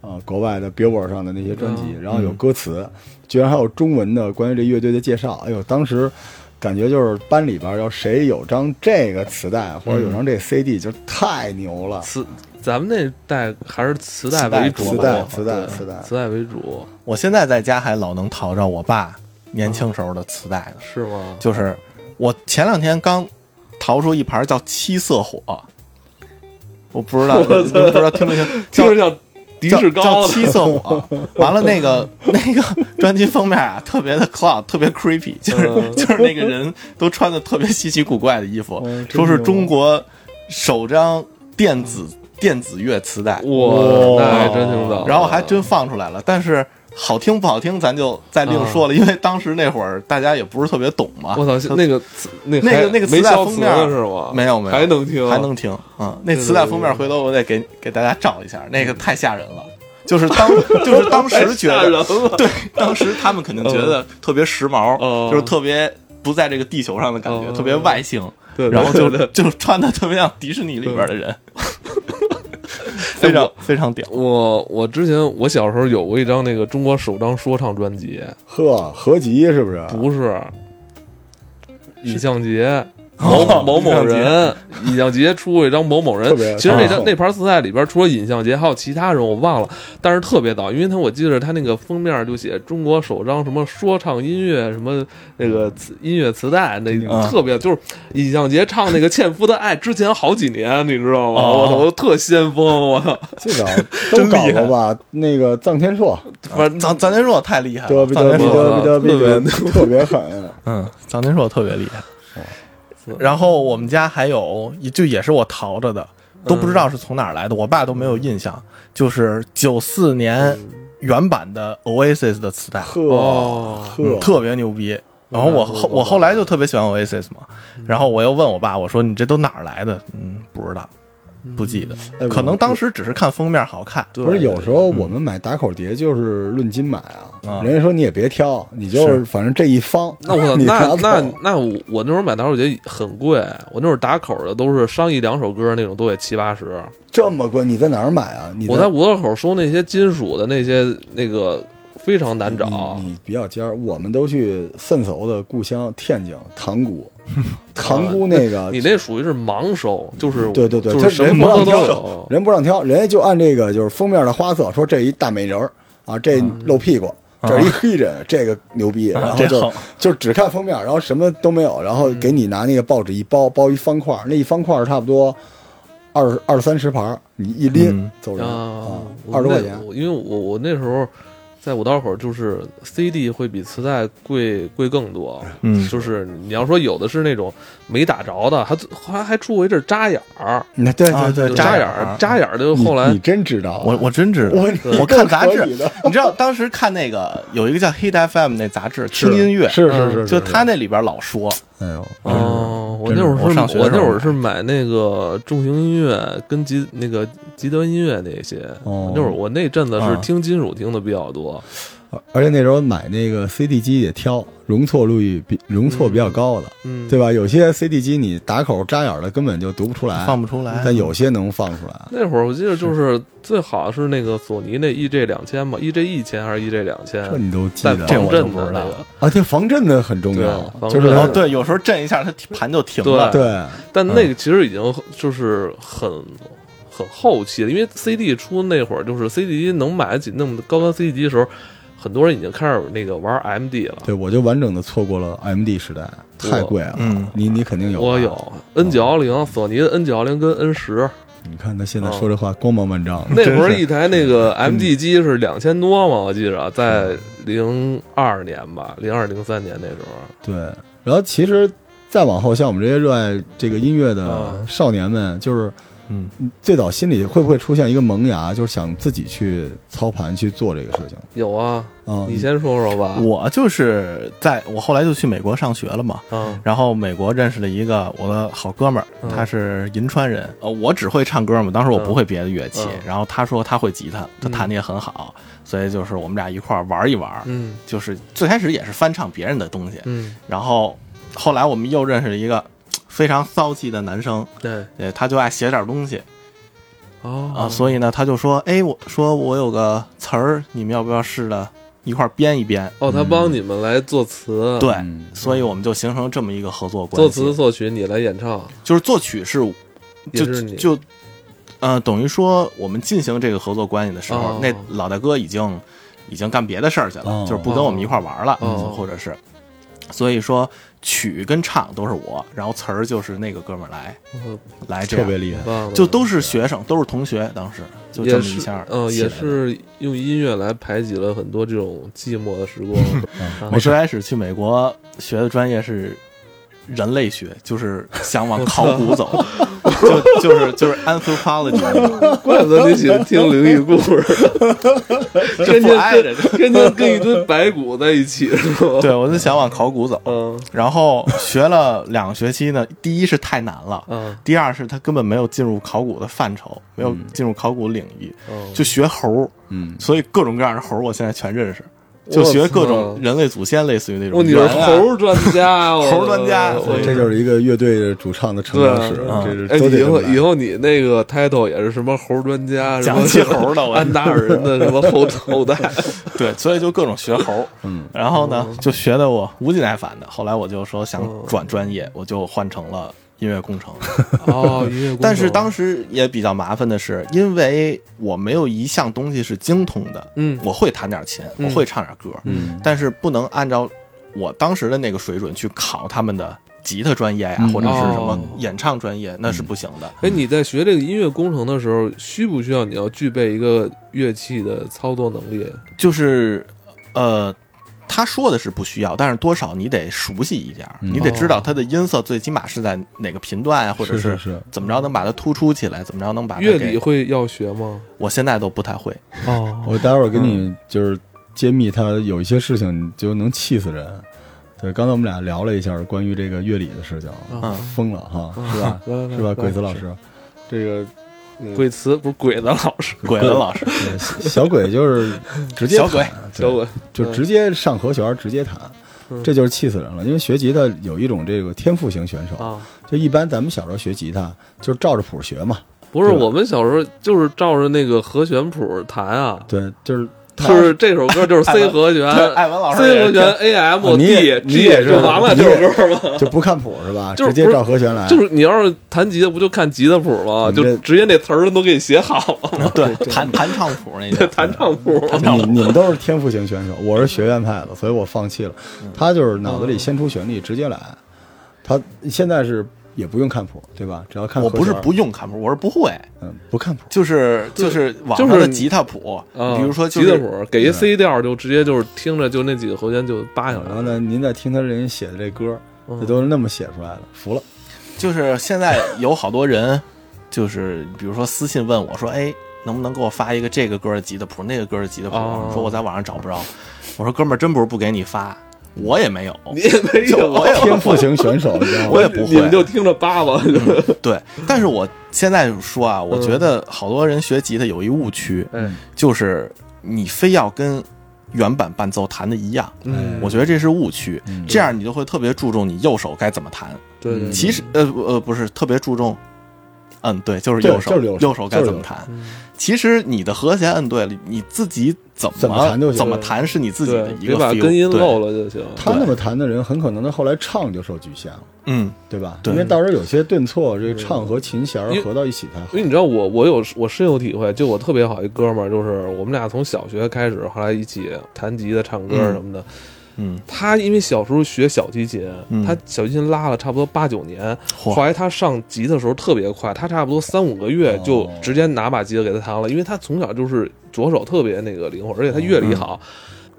Speaker 3: 呃国外的 Billboard 上的那些专辑，
Speaker 1: 嗯
Speaker 3: 然后有歌词，居然还有中文的关于这乐队的介绍。哎呦，当时。感觉就是班里边要谁有张这个磁带或者
Speaker 1: 嗯
Speaker 3: 有张这 CD 就太牛了，
Speaker 1: 磁咱们那代还是磁带
Speaker 2: 磁带
Speaker 1: 为主，
Speaker 3: 磁带磁带
Speaker 1: 对
Speaker 3: 磁
Speaker 2: 哎
Speaker 3: 带
Speaker 1: 磁带为主，
Speaker 2: 我现在在家还老能淘着我爸年轻时候的磁带呢。
Speaker 1: 是吗？
Speaker 2: 就是我前两天刚淘出一盘叫《七色火》，我不知道，你们不知道听没听？
Speaker 1: *laughs*
Speaker 2: 叫
Speaker 1: 听着像迪
Speaker 2: 叫
Speaker 1: 士
Speaker 2: 叫
Speaker 1: 高
Speaker 2: 《
Speaker 1: *laughs*
Speaker 2: 七色火》。完了，那个那个专辑封面啊，特别的 cloud，特别 creepy，就是、
Speaker 1: 嗯
Speaker 2: 就是那个人都穿的特别稀奇古怪的衣服，
Speaker 3: 哦
Speaker 2: 说是
Speaker 3: 真牛
Speaker 2: 中国首张电子电子乐磁带。
Speaker 1: 哇，
Speaker 3: 哇
Speaker 1: 那还真挺早。
Speaker 2: 然后还真放出来了，但是好听不好听咱就再另说了，因为当时那会儿大家也不是特别懂嘛。
Speaker 1: 嗯我操，那个磁那
Speaker 2: 那个
Speaker 1: 还
Speaker 2: 那个磁
Speaker 1: 没
Speaker 2: 带
Speaker 1: 消
Speaker 2: 封
Speaker 1: 磁
Speaker 2: 面
Speaker 1: 了是吗？
Speaker 2: 没有没有，
Speaker 1: 还能听，
Speaker 2: 还能听嗯，那磁带封面回头我得给给大家照一下，那个太吓人了。就是当就是当
Speaker 1: *laughs*
Speaker 2: 时觉
Speaker 1: 嗯吓人
Speaker 2: 得，
Speaker 1: 了。嗯
Speaker 2: 对，当时他们肯定觉得特别时髦，
Speaker 1: 哦
Speaker 2: 就是特别不在这个地球上的感觉，
Speaker 1: 哦
Speaker 2: 特别外星，
Speaker 1: 对
Speaker 2: 然后就
Speaker 1: 对对
Speaker 2: 就穿的特别像迪士尼里边的人，
Speaker 1: 嗯
Speaker 2: *laughs* 非常非常屌。
Speaker 1: 我我之前我小时候有过一张那个中国首张说唱专辑，
Speaker 3: 呵，合集是不是？
Speaker 1: 不是尹相杰。某某某人，尹相杰出过一张某某人
Speaker 3: 特别。
Speaker 1: 其实那
Speaker 3: 特
Speaker 1: 张
Speaker 3: 别
Speaker 1: 那盘磁带里边，除了尹相杰，还有其他人，我忘了，但是特别早，因为他我记得他那个封面就写中国首张什么说唱音乐什么那个磁音乐磁带，那
Speaker 2: 嗯
Speaker 1: 特别就是尹相杰唱那个《纤夫的爱》之前好几年，你知道吗？
Speaker 2: 哦
Speaker 1: 我操，我特先锋，我操，
Speaker 3: 最早都搞
Speaker 1: *laughs*
Speaker 3: 过吧？那个臧天朔，
Speaker 1: 反正
Speaker 2: 咱咱天硕太厉害
Speaker 3: 得
Speaker 2: 了，
Speaker 3: 比
Speaker 2: 咱
Speaker 3: 得
Speaker 2: 天
Speaker 3: 比
Speaker 2: 硕
Speaker 1: 啊
Speaker 3: 得比得比得，特
Speaker 1: *laughs*
Speaker 3: 别狠。
Speaker 2: 嗯，藏天硕特别厉害。然后我们家还有，就也是我淘着的，都不知道是从哪儿来的，我爸都没有印象。就是九四年原版的 Oasis 的磁带，
Speaker 3: 呵
Speaker 1: 哦
Speaker 3: 呵，
Speaker 2: 特别牛逼。然后我后
Speaker 1: 我
Speaker 2: 我后来就特别喜欢 Oasis 嗯嘛，然后我又问我爸，我说你这都哪儿来的？嗯，不知道。不记得，
Speaker 3: 哎
Speaker 2: 可能
Speaker 3: 我
Speaker 2: 当时只是看封面好看。
Speaker 1: 对
Speaker 3: 不是有时候我们买打口碟就是论斤买啊，
Speaker 2: 啊
Speaker 3: 人家说你也别挑，你就是
Speaker 2: 是
Speaker 3: 反正这一方，
Speaker 1: 那
Speaker 3: *laughs*
Speaker 1: 我
Speaker 3: 你拿
Speaker 1: 那
Speaker 3: 走
Speaker 1: 那那我我那时候买打火机很贵，我那会儿打口的都是上一两首歌那种都得七八十。
Speaker 3: 这么贵，你在哪儿买啊？你
Speaker 1: 我在五道口搜那些金属的那些那个非常难找
Speaker 3: 你，你比较尖儿，我们都去汕头的故乡天津
Speaker 1: *laughs*
Speaker 3: 塘沽，塘沽那个
Speaker 1: 你那属于是盲搜，就是
Speaker 3: 对对对，
Speaker 1: 就
Speaker 3: 他
Speaker 1: 是什
Speaker 3: 人不
Speaker 1: 么
Speaker 3: 让
Speaker 1: 都
Speaker 3: 挑
Speaker 1: 有，。
Speaker 3: 人不让挑，人家就按这个就是封面的花色，说这一大美人儿啊，这露屁股，这一黑人，这个牛逼，
Speaker 2: 啊
Speaker 3: 然后
Speaker 2: 这
Speaker 3: 就
Speaker 2: 横
Speaker 3: 就只看封面，然后什么都没有，然后给你拿那个报纸一包，包一方块儿，那一方块儿差不多二二三十盘儿，你一拎
Speaker 2: 嗯
Speaker 3: 走人啊
Speaker 1: 啊，我
Speaker 3: 二十
Speaker 1: 那
Speaker 3: 块钱。
Speaker 1: 我因为我我那时候在五道口，就是 CD 会比磁带贵贵更多。
Speaker 2: 嗯
Speaker 1: 就是你要说有的是那种没打着的，还还还出过一阵扎眼儿，
Speaker 3: 那对
Speaker 2: 啊
Speaker 3: 对
Speaker 2: 对
Speaker 1: 扎
Speaker 2: 扎
Speaker 1: 眼
Speaker 2: 眼
Speaker 1: 儿
Speaker 2: 儿，
Speaker 1: 扎眼儿就后来
Speaker 3: 你真知道啊，
Speaker 2: 我我真知道，
Speaker 3: 我
Speaker 2: 我看杂志
Speaker 3: 你够可以的，
Speaker 2: *laughs* 你知道当时看那个有一个叫《Hit FM》那杂志，听音乐，
Speaker 3: 是
Speaker 1: 嗯
Speaker 3: 是是，
Speaker 2: 就是他，那里边老说，
Speaker 3: 哎呦，真是
Speaker 1: 哦，我
Speaker 2: 嗯真
Speaker 1: 那
Speaker 2: 是
Speaker 1: 会儿是
Speaker 2: 我上学的时
Speaker 1: 那
Speaker 2: 候
Speaker 1: 会儿是买那个重型音乐跟极那个极端音乐那些。
Speaker 3: 哦
Speaker 1: 那会儿我那阵子是
Speaker 2: 啊
Speaker 1: 听金属听的比较多，
Speaker 3: 而且那时候买那个 CD 机也挑容错率比容错比较高的，
Speaker 1: 嗯，
Speaker 3: 对吧？有些 CD 机你打口扎眼儿的根本就读不出
Speaker 1: 哎
Speaker 3: 来，
Speaker 2: 放不出来。
Speaker 3: 但有些能放出来。
Speaker 1: 那会儿我记得就是最好是那个索尼那 EJ 两千嘛，EJ 一千还是 EJ 两千？
Speaker 3: 这你都记
Speaker 1: 带
Speaker 3: 得
Speaker 2: 这
Speaker 1: 防
Speaker 2: 我就
Speaker 1: 震
Speaker 2: 不
Speaker 1: 的
Speaker 2: 知
Speaker 1: 那
Speaker 2: 道
Speaker 1: 个
Speaker 2: 了，
Speaker 3: 啊？对，防震的很重要
Speaker 1: 对，啊
Speaker 3: 就是
Speaker 1: 防
Speaker 2: 然后
Speaker 1: 震
Speaker 2: 对，有时候震一下，它盘就停
Speaker 1: 对
Speaker 2: 了。
Speaker 3: 对，
Speaker 1: 但
Speaker 2: 嗯
Speaker 1: 那个其实已经就是很很后期了，因为 CD 出那会儿，就是 CD 机能买得起那么高端 CD 机的时候，很多人已经开始那个玩 MD 了。
Speaker 3: 对我就完整的错过了 MD 时代，太贵了。
Speaker 2: 嗯
Speaker 3: 你你肯定有，
Speaker 1: 我。有 N 九幺
Speaker 2: 哦
Speaker 1: 零，索尼的 N 九幺零跟 N
Speaker 2: *laughs*
Speaker 1: 十，
Speaker 3: 你看他现
Speaker 1: 嗯
Speaker 3: 在说这话光芒万丈，
Speaker 1: 那会儿一台那
Speaker 2: *laughs*
Speaker 1: 个 MD 机是两千多嘛，我记着，在零二年吧，零二零三年那时候，
Speaker 3: 对。然后其实再往后，像我们这些热爱这个音乐的
Speaker 1: 嗯
Speaker 3: 少年们，就是
Speaker 2: 嗯，
Speaker 3: 最早心里会不会出现一个萌芽，就是想自己去操盘去做这个事情
Speaker 1: 有啊，
Speaker 2: 哦
Speaker 3: 啊？
Speaker 1: 你先说说吧。
Speaker 2: 我就是在我后来就去美国上学了嘛，
Speaker 1: 啊，
Speaker 2: 然后美国认识了一个我的好哥们
Speaker 1: 嗯
Speaker 2: 儿，他是银川人，呃，我只会唱歌嘛，当时我不会别的乐器
Speaker 1: 嗯，
Speaker 2: 然后他说他会吉他，他弹的也很好，所以就是我们俩一块儿玩一玩，
Speaker 1: 嗯
Speaker 2: 就是最开始也是翻唱别人的东西，
Speaker 1: 嗯，
Speaker 2: 然后后来我们又认识了一个非常骚气的男生，
Speaker 1: 对，
Speaker 2: 呃，他就爱写点东西啊，
Speaker 3: 嗯
Speaker 1: 哦，
Speaker 2: 所以呢，他就说，哎，我说我有个词儿，你们要不要试着一块儿编一编？
Speaker 1: 哦，他帮你们来作词，
Speaker 2: 嗯对，
Speaker 3: 嗯
Speaker 2: 所以我们就形成这么一个合作关
Speaker 1: 作
Speaker 2: 系。
Speaker 1: 词作曲你来演唱，
Speaker 2: 就是作曲是
Speaker 1: 也
Speaker 2: 就是
Speaker 1: 你
Speaker 2: 就呃，等于说我们进行这个合作关系的时候，
Speaker 1: 哦
Speaker 2: 那老大哥已经已经干别的事儿去了，
Speaker 3: 哦嗯
Speaker 2: 就是不跟我们一块儿玩了，
Speaker 1: 哦
Speaker 2: 或者是所以说曲跟唱都是我，然后词儿就是那个哥们儿来
Speaker 1: 哦
Speaker 2: 来这
Speaker 3: 特
Speaker 2: 样
Speaker 3: 别厉害。
Speaker 1: 棒的
Speaker 2: 就都是学生，都是同学，当时就这
Speaker 1: 也
Speaker 2: 么
Speaker 1: 是
Speaker 2: 一下，
Speaker 1: 嗯、
Speaker 2: 起来
Speaker 1: 也
Speaker 2: 的。
Speaker 1: 是用音乐来排解了很多这种寂寞的时
Speaker 2: *laughs*
Speaker 1: 光。啊
Speaker 2: 我最开始去美国学的专业是人类学，就是想往考古走，就就是就是 anthropology 那种。 *laughs*
Speaker 1: 怪不得你喜欢听灵异故事， *laughs* 天
Speaker 2: 不挨着
Speaker 1: 天跟天天跟一堆白骨在一起，是吧？
Speaker 2: *laughs* 对，我就想往考古走，
Speaker 1: 嗯
Speaker 2: 然后学了两个学期呢， *laughs* 第一是太难了，
Speaker 1: 嗯
Speaker 2: 第二是它根本没有进入考古的范畴，没有进入考古领域，
Speaker 1: 嗯，
Speaker 2: 就学猴，
Speaker 3: 嗯，
Speaker 2: 所以各种各样的猴我现在全认识，
Speaker 1: 我
Speaker 2: 就学
Speaker 1: 操
Speaker 2: 各种人类祖先，类似于那种。
Speaker 1: 哦，你是
Speaker 2: 猿啊
Speaker 1: 猴专
Speaker 2: *laughs*
Speaker 1: 家，我
Speaker 2: 猴专家
Speaker 1: 我
Speaker 3: 这就是一个乐队主唱的成长史
Speaker 1: 对，
Speaker 2: 啊
Speaker 3: 这是
Speaker 1: 哎，
Speaker 3: 都
Speaker 1: 你
Speaker 3: 得
Speaker 1: 以后
Speaker 3: 这么来
Speaker 1: 以后你那个 title 也是什么猴专家，什么
Speaker 2: 讲起猴的
Speaker 1: *laughs*
Speaker 2: 我
Speaker 1: 安达尔人的什么后后
Speaker 2: *laughs*
Speaker 1: 代，
Speaker 2: 对，所以就各种学猴，
Speaker 3: 嗯，
Speaker 2: 然后呢，就学的我无尽耐烦的。后来我就说想转专业，我就换成了音乐工程。
Speaker 1: 哦，音乐工
Speaker 2: *laughs* 但是
Speaker 1: 程
Speaker 2: 当时也比较麻烦的是，因为我没有一项东西是精通的，
Speaker 1: 嗯
Speaker 2: 我会弹点琴，我会唱点歌，
Speaker 3: 嗯，
Speaker 2: 但是不能按照我当时的那个水准去考他们的吉他专业呀、或者是什么演唱专业，那是不行的。
Speaker 1: 哎，你在学这个音乐工程的时候，需不需要你要具备一个乐器的操作能力？
Speaker 2: 就是，呃。他说的是不需要，但是多少你得熟悉一点儿，你得知道它的音色最起码是在哪个频段啊，或者
Speaker 3: 是是是
Speaker 2: 怎么着能把它突出起来，怎么着能把它
Speaker 1: 乐
Speaker 2: 给
Speaker 1: 理会要学吗？
Speaker 2: 我现在都不太会。
Speaker 1: 哦，
Speaker 3: 我待会儿给你就是揭秘，他有一些事情你就能气死人。对，刚才我们俩聊了一下关于这个乐理的事情，
Speaker 1: 啊
Speaker 2: 嗯
Speaker 3: 疯了哈，是吧？
Speaker 1: 来来来
Speaker 3: 是吧，
Speaker 1: 来
Speaker 3: 鬼子老师，这个嗯
Speaker 1: 鬼词不是鬼子老师，
Speaker 2: 鬼子老师，
Speaker 3: 对小鬼就是直接
Speaker 2: 小鬼
Speaker 3: 弹对
Speaker 1: 小鬼
Speaker 3: 就直接上和弦儿直接弹
Speaker 1: 嗯，
Speaker 3: 这就是气死人了。因为学吉他有一种这个天赋型选手，
Speaker 1: 啊，
Speaker 3: 就一般咱们小时候学吉他就是照着谱学嘛，
Speaker 1: 不是
Speaker 3: 对吧
Speaker 1: 我们小时候就是照着那个和弦谱弹啊，
Speaker 3: 对，就是他
Speaker 1: 就是这首歌就是
Speaker 3: *laughs*
Speaker 1: C 和弦
Speaker 2: 对
Speaker 3: 哎
Speaker 2: 艾文老师
Speaker 1: ，C
Speaker 2: 也
Speaker 1: 和弦 A M
Speaker 3: 啊你
Speaker 1: D
Speaker 3: 也你
Speaker 1: G
Speaker 3: 也是
Speaker 1: 就完了
Speaker 3: 你
Speaker 1: 这
Speaker 3: 也
Speaker 1: 首歌嘛。
Speaker 3: 就不看谱是
Speaker 1: *laughs*
Speaker 3: 吧？
Speaker 1: 就是
Speaker 3: 直接照和弦来，
Speaker 1: 就是你要是弹吉他，不就看吉他谱吗？
Speaker 3: 啊你这
Speaker 1: 就直接那词儿都给你写好
Speaker 3: *laughs*
Speaker 1: 了吗？
Speaker 2: 对 *laughs* 弹弹唱谱那个，
Speaker 1: 弹唱谱
Speaker 3: 你你们都是天赋型选手，我是学院派的，所以我放弃了。
Speaker 1: 嗯
Speaker 3: 他就是脑子里先出旋律，直接来。他现在是也不用看谱，对吧？只要看
Speaker 2: 我不是
Speaker 3: 和弦
Speaker 2: 不用看谱，我是不会。
Speaker 3: 嗯不看谱，
Speaker 2: 就是就是网上的吉他谱，
Speaker 1: *laughs* 啊，
Speaker 2: 比如说就
Speaker 1: 吉他
Speaker 2: 是
Speaker 1: 谱，给一 C 调就直接就是听着就那几个和弦就扒下来
Speaker 3: 然后
Speaker 2: 嗯
Speaker 1: 了。
Speaker 3: 呢，您再听他人写的这歌，
Speaker 1: 嗯
Speaker 3: 这都是那么写出来的，服了。
Speaker 2: 就是现在有好多人，就是比如说私信问我说，哎，能不能给我发一个这个歌的吉他谱，那个歌的吉他谱？
Speaker 1: 哦
Speaker 2: 我说我在网上找不着。我说哥们儿，真不是不给你发，我也没有，
Speaker 1: *laughs* *laughs* 你也没
Speaker 2: 就
Speaker 1: 有，啊
Speaker 2: 我也
Speaker 3: 天赋型选手，你知道吗？
Speaker 2: 哎我也不会
Speaker 1: 你们就听着扒吧。
Speaker 2: *laughs* 对。但是我现在说啊，我
Speaker 1: 嗯
Speaker 2: 觉得好多人学吉他有一误区，
Speaker 1: 嗯
Speaker 2: 就是你非要跟原版伴奏弹的一样，
Speaker 1: 嗯
Speaker 2: 我觉得这是误区。
Speaker 3: 嗯
Speaker 2: 这样你就会特别注重你右手该怎么弹。
Speaker 1: 对对，
Speaker 2: 其实呃呃不是特别注重，嗯对，就是
Speaker 3: 对
Speaker 2: 右手，
Speaker 3: 就是右手
Speaker 2: 手该怎么弹。其实你的和弦摁对了，你自己怎么
Speaker 3: 怎么弹就行
Speaker 2: 怎么弹是你自己的
Speaker 1: 对
Speaker 2: 一
Speaker 1: 别
Speaker 2: 个
Speaker 1: 把
Speaker 2: feel，
Speaker 1: 根音
Speaker 2: 对
Speaker 1: 露了就行。
Speaker 3: 他那么弹的人，很可能他后来唱就受局限了，
Speaker 2: 嗯，
Speaker 3: 对吧？
Speaker 2: 对
Speaker 3: 因为到时候有些顿挫，这个唱和琴弦
Speaker 1: 因为
Speaker 3: 合到一起才好
Speaker 1: 因为。你知道我，我有我深有体会，就我特别好一哥们儿，就是我们俩从小学开始，后来一起弹吉他、唱歌什么的。
Speaker 2: 嗯，
Speaker 1: 他因为小时候学小提琴，
Speaker 2: 嗯
Speaker 1: 他小提琴拉了差不多八九年，
Speaker 2: 嚯
Speaker 1: 后来他上吉他的时候特别快，他差不多三五个月
Speaker 3: 哦
Speaker 1: 就直接拿把吉他给他弹了，因为他从小就是左手特别那个灵活，而且他乐理好。
Speaker 2: 嗯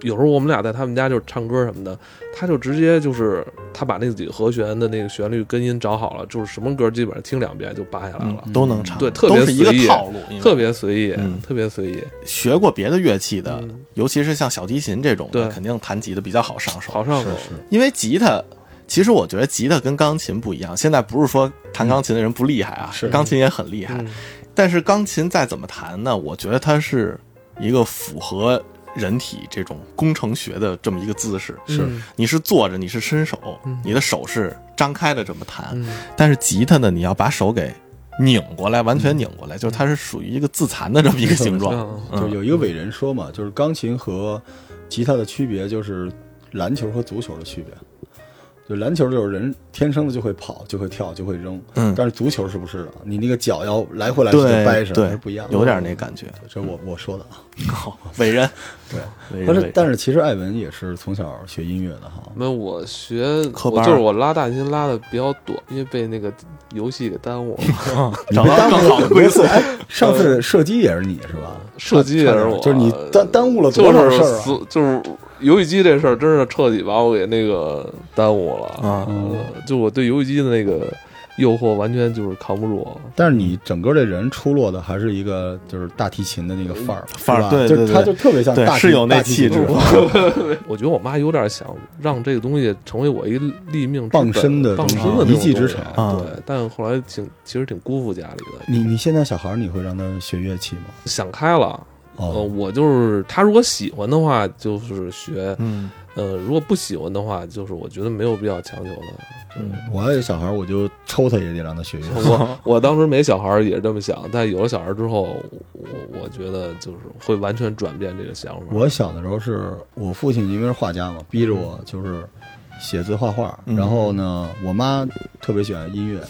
Speaker 1: 有时候我们俩在他们家就是唱歌什么的，他就直接就是他把那几个和弦的那个旋律根音找好了，就是什么歌基本上听两遍就扒下来了。
Speaker 2: 嗯都能唱，
Speaker 1: 对特别
Speaker 2: 都是一个
Speaker 1: 随意
Speaker 2: 套路，因为
Speaker 1: 特别随意，
Speaker 2: 嗯
Speaker 1: 特别随意，
Speaker 2: 学过别的乐器的，
Speaker 1: 嗯
Speaker 2: 尤其是像小提琴这种的，
Speaker 1: 对
Speaker 2: 肯定弹吉他比较好上手，
Speaker 1: 好上手。
Speaker 2: 因为吉他。其实我觉得吉他跟钢琴不一样，现在不是说弹钢琴的人不厉害啊，
Speaker 3: 是
Speaker 2: 钢琴也很厉害，
Speaker 1: 嗯
Speaker 2: 但是钢琴再怎么弹呢？我觉得它是一个符合人体这种工程学的这么一个姿势。
Speaker 1: 是
Speaker 2: 你是坐着，你是伸手
Speaker 1: 嗯，
Speaker 2: 你的手是张开的这么弹。
Speaker 1: 嗯
Speaker 2: 但哎是吉他呢，你要把手给拧过来，完全拧过来，就是它是属于一个自残的这么一个
Speaker 3: *laughs*
Speaker 2: 形状。
Speaker 1: 嗯
Speaker 3: 就有一个伟人说嘛，就是钢琴和吉他的区别就是篮球和足球的区别。就篮球就是人天生的就会跑，就会跳，就会扔，
Speaker 2: 嗯
Speaker 3: 但是足球是不是的？你那个脚要来回来去地掰
Speaker 2: 对
Speaker 3: 上，是
Speaker 2: 对
Speaker 3: 不一样，的。
Speaker 2: 有点那感觉。
Speaker 3: 这我我说的啊。
Speaker 2: 伟人，
Speaker 3: 对，
Speaker 2: 伟人
Speaker 3: 但
Speaker 2: 伟
Speaker 3: 是
Speaker 2: 人，
Speaker 3: 但是其实艾文也是从小学音乐的
Speaker 2: *laughs*
Speaker 3: 哈，
Speaker 1: 那我学，
Speaker 2: 科
Speaker 1: 我
Speaker 2: 班儿
Speaker 1: 就是我拉大提琴拉的比较短，因为被那个游戏给耽误了。
Speaker 2: 找到更好的归宿。
Speaker 3: 哎，上次射击也是你是吧？
Speaker 1: 射击也是我，
Speaker 3: 就是你耽耽误了
Speaker 1: 就
Speaker 3: 多少
Speaker 1: 是
Speaker 3: 事儿啊？
Speaker 1: 所就是游戏机这事儿，真是彻底把我给那个耽误了
Speaker 2: 啊
Speaker 3: 嗯
Speaker 1: 呃就我对游戏机的那个诱惑完全就是扛不住。
Speaker 3: 但是你整个这人出落的还是一个就是大提琴的那个范儿，
Speaker 2: 嗯范儿
Speaker 3: 是吧
Speaker 2: 对对
Speaker 3: 就他
Speaker 2: 对
Speaker 3: 就特别像
Speaker 2: 对
Speaker 3: 大提
Speaker 2: 是有那
Speaker 3: 大提琴
Speaker 2: 气质
Speaker 3: 的范儿
Speaker 2: *laughs*
Speaker 1: 我觉得我妈有点想让这个东西成为我一立命之本
Speaker 3: 傍身的
Speaker 1: 傍身
Speaker 3: 东西
Speaker 1: 的那种
Speaker 3: 一技之
Speaker 1: 东西
Speaker 3: 长
Speaker 2: 啊
Speaker 1: 对，但后来挺其实挺辜负家里的，
Speaker 3: 你你现在小孩儿你会让他学乐器吗？
Speaker 1: 想开了。呃，
Speaker 3: 哦，
Speaker 1: 我就是他如果喜欢的话，就是学；
Speaker 2: 嗯，
Speaker 1: 呃，如果不喜欢的话，就是我觉得没有必要强求他。
Speaker 3: 我要有小孩儿，我就抽他也得让他学乐器。 *laughs*
Speaker 1: 我我当时没小孩儿也是这么想，但有了小孩儿之后，我我觉得就是会完全转变这个想法。
Speaker 3: 我小的时候是我父亲因为是画家嘛，逼着我就是写字画画，
Speaker 2: 嗯
Speaker 3: 然后呢，我妈特别喜欢音乐，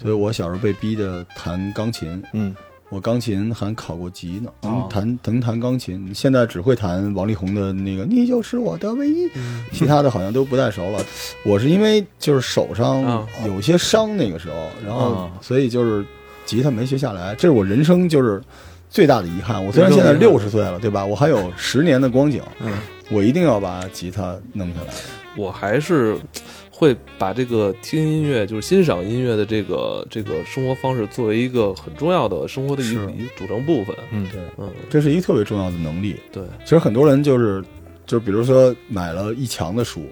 Speaker 3: 所以我小时候被逼着弹钢琴。
Speaker 2: 嗯，
Speaker 3: 我钢琴还考过级呢，
Speaker 2: 哦
Speaker 3: 能弹能弹钢琴，现在只会弹王力宏的那个《你就是我的唯一》，
Speaker 1: 嗯
Speaker 3: 其他的好像都不太熟了。我是因为就是手上
Speaker 1: 啊
Speaker 3: 有些伤那个时候，然后
Speaker 1: 嗯
Speaker 2: 啊
Speaker 3: 所以就是吉他没学下来，这是我人生就是最大的遗憾。我虽然现在
Speaker 1: 人生遗
Speaker 3: 六
Speaker 1: 憾
Speaker 3: 十岁了，对吧？我还有十年的光景，
Speaker 2: 嗯
Speaker 3: 我一定要把吉他弄下来。
Speaker 1: 我还是会把这个听音乐，就是欣赏音乐的这个这个生活方式，作为一个很重要的生活的一
Speaker 3: 是
Speaker 1: 一组成部分。
Speaker 2: 嗯
Speaker 3: 对，
Speaker 1: 嗯，
Speaker 3: 这是一个特别重要的能力。
Speaker 1: 对，
Speaker 3: 其实很多人就是，就比如说买了一墙的书，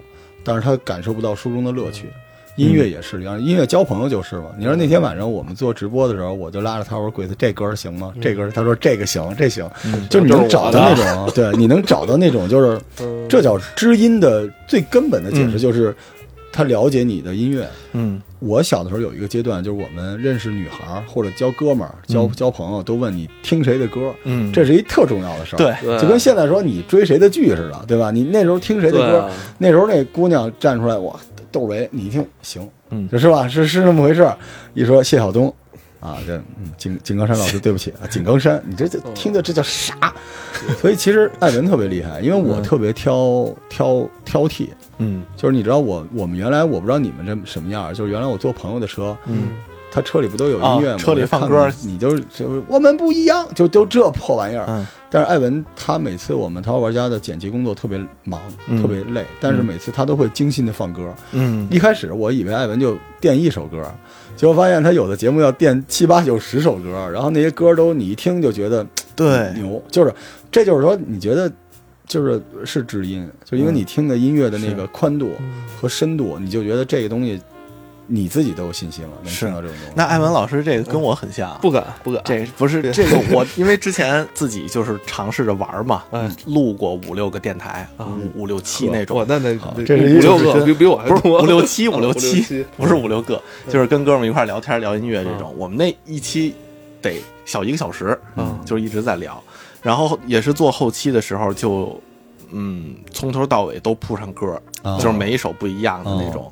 Speaker 3: 但是他感受不到书中的乐趣。音乐也是一样，音乐交朋友就是嘛。你说那天晚上我们做直播的时候，我就拉着他我说：“鬼子，这歌行吗？这歌，他说这个行，这行。”
Speaker 2: 嗯
Speaker 3: 就是你能找到那种， *laughs* 对，你能找到那种，就是
Speaker 1: 嗯
Speaker 3: 这叫知音的最根本的解释，就是他了解你的音乐。
Speaker 2: 嗯
Speaker 3: 我小的时候有一个阶段，就是我们认识女孩儿或者交哥们儿、交交朋友，都问你听谁的歌，
Speaker 2: 嗯，
Speaker 3: 这是一特重要的事儿。
Speaker 2: 对，
Speaker 1: 对
Speaker 3: 就跟现在说你追谁的剧似的，对吧？你那时候听谁的
Speaker 1: 对
Speaker 3: 歌
Speaker 1: 啊，
Speaker 3: 那时候那姑娘站出来，哇，窦唯，你一听行，
Speaker 2: 嗯
Speaker 3: 是吧？是是那么回事儿。一说谢晓东，啊，这嗯井井冈山老师，对不起啊，井冈山，你这这
Speaker 1: 嗯
Speaker 3: 听的这叫啥？所以其实艾文特别厉害，因为
Speaker 1: 嗯
Speaker 3: 我特别挑挑挑剔，
Speaker 2: 嗯
Speaker 3: 就是你知道我我们原来我不知道你们这什么样儿，就是原来我坐朋友的车，
Speaker 2: 嗯，
Speaker 3: 他车里不都有音乐吗？
Speaker 2: 啊车里放
Speaker 3: 我就看
Speaker 2: 歌
Speaker 3: 你就是就是我们不一样，就都这破玩意儿。
Speaker 2: 嗯
Speaker 3: 但是艾文他每次我们《淘宝玩家》的剪辑工作特别忙，
Speaker 2: 嗯
Speaker 3: 特别累，但是每次他都会精心的放歌。
Speaker 2: 嗯
Speaker 3: 一开始我以为艾文就垫一首歌，结果发现他有的节目要垫七八九十首歌，然后那些歌都你一听就觉得
Speaker 2: 对，
Speaker 3: 牛，就是这就是说你觉得就是是知音，就因为你听的音乐的那
Speaker 2: 嗯
Speaker 3: 个宽度和深度，你就觉得这个东西你自己都有信心了，能
Speaker 2: 是
Speaker 3: 听到这种东西。
Speaker 2: 那艾文老师这个跟我很像，
Speaker 1: 不敢不敢，
Speaker 2: 这不是这个 *laughs* 我，因为之前自己就是尝试着玩嘛，
Speaker 3: 哎
Speaker 2: 录过五六个电台，五五六期那种
Speaker 1: 哇，，那那那
Speaker 3: 这是一
Speaker 1: 五六
Speaker 3: 个
Speaker 1: 个，
Speaker 3: 真
Speaker 1: 比比我还
Speaker 2: 不是
Speaker 1: 多，
Speaker 2: 五
Speaker 1: *laughs*
Speaker 2: 六七五六
Speaker 1: 七，
Speaker 2: 七，不是五六个，就是跟哥们儿一块儿聊天聊音乐这种。我们那一期得小一个小时，
Speaker 1: 嗯
Speaker 2: 就是一直在聊。然后也是做后期的时候就，嗯，从头到尾都铺上歌，
Speaker 3: 哦
Speaker 2: 就是每一首不一样的那种。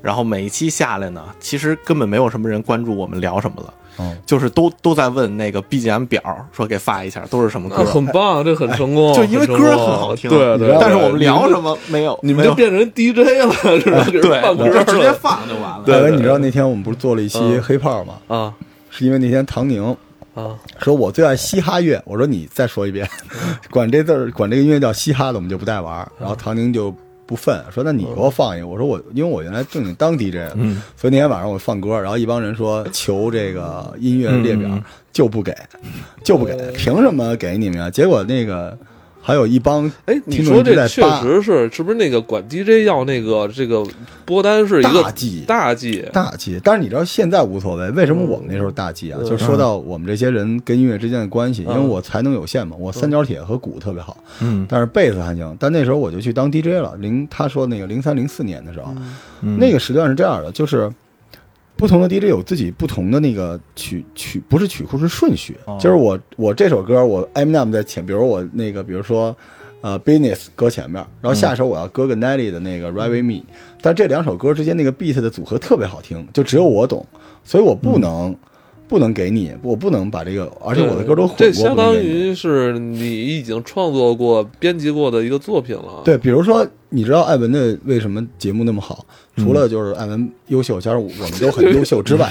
Speaker 2: 然后每一期下来呢，其实根本没有什么人关注我们聊什么了，
Speaker 3: 哦
Speaker 2: 就是都都在问那个 BGM 表，说给发一下，都是什么歌
Speaker 1: 那。啊很棒，这很成功，
Speaker 2: 就因为
Speaker 1: 哦很
Speaker 2: 歌
Speaker 1: 成功
Speaker 2: 很啊好听，
Speaker 1: 对对。
Speaker 2: 但是
Speaker 1: 对
Speaker 2: 我们聊
Speaker 1: 你
Speaker 2: 什么没有，
Speaker 1: 你们
Speaker 2: 没
Speaker 1: 就
Speaker 2: 有
Speaker 1: 变成 DJ 了，是吧？给人
Speaker 2: 对，
Speaker 1: 放歌
Speaker 2: 我就直接
Speaker 1: 了
Speaker 2: 放就完了。
Speaker 1: 对
Speaker 3: 艾
Speaker 1: 对
Speaker 3: 文，你知道那天我们不是做了一期
Speaker 1: 嗯
Speaker 3: 黑炮吗？
Speaker 1: 啊
Speaker 3: 是因为那天唐宁
Speaker 1: 啊，
Speaker 3: 说我最爱嘻哈乐，我说你再说一遍，
Speaker 1: 嗯
Speaker 3: *laughs* 管这字儿管这个音乐叫嘻哈的，我们就不带玩儿。然后唐宁就不忿，说那你给我放一个。我说我因为我原来正经当 DJ 的，
Speaker 1: 嗯
Speaker 3: 所以那天晚上我放歌，然后一帮人说求这个音乐列
Speaker 1: 嗯
Speaker 3: 表就不给，就不给，
Speaker 1: 哦
Speaker 3: 凭什么给你们啊？结果那个还有一帮
Speaker 1: 哎，你
Speaker 3: 听
Speaker 1: 说
Speaker 3: 众就
Speaker 1: 这
Speaker 3: 在
Speaker 1: 确
Speaker 3: 扒
Speaker 1: 实是，是不是那个管 DJ 要那个这个播单是一个
Speaker 3: 大忌
Speaker 1: 大忌，
Speaker 3: 大忌，但是你知道现在无所谓，为什么我们那
Speaker 1: 嗯
Speaker 3: 时候大忌啊？就说到我们这些人跟音乐之间的关
Speaker 1: 嗯
Speaker 3: 系，因为我才能有限嘛，我三角铁和鼓特别好，
Speaker 2: 嗯
Speaker 3: 但是贝斯还行。但那时候我就去当 DJ 了，零他说那个零三零四年的时候，
Speaker 1: 嗯
Speaker 2: 嗯
Speaker 3: 那个时段是这样的，就是不同的 DJ 有自己不同的那个曲曲，不是曲库是顺序，
Speaker 1: 哦
Speaker 3: 就是我我这首歌我 Eminem 在前，比如我那个比如说。呃，Business 搁前面，然后
Speaker 1: 嗯
Speaker 3: 下一首我要搁个 Nelly 的那个 Right With Me，、但这两首歌之间那个 beat 的组合特别好听，就只有我懂，所以我
Speaker 1: 嗯
Speaker 3: 不能、不能给你，我不能把这个，而且我的歌都混过，
Speaker 1: 这相
Speaker 3: 不
Speaker 1: 当
Speaker 3: 能给你
Speaker 1: 于是你已经创作过、编辑过的一个作品了。
Speaker 3: 对，比如说，你知道艾文的为什么节目那么好？除了就是艾文优秀，加上我们都很优秀之外，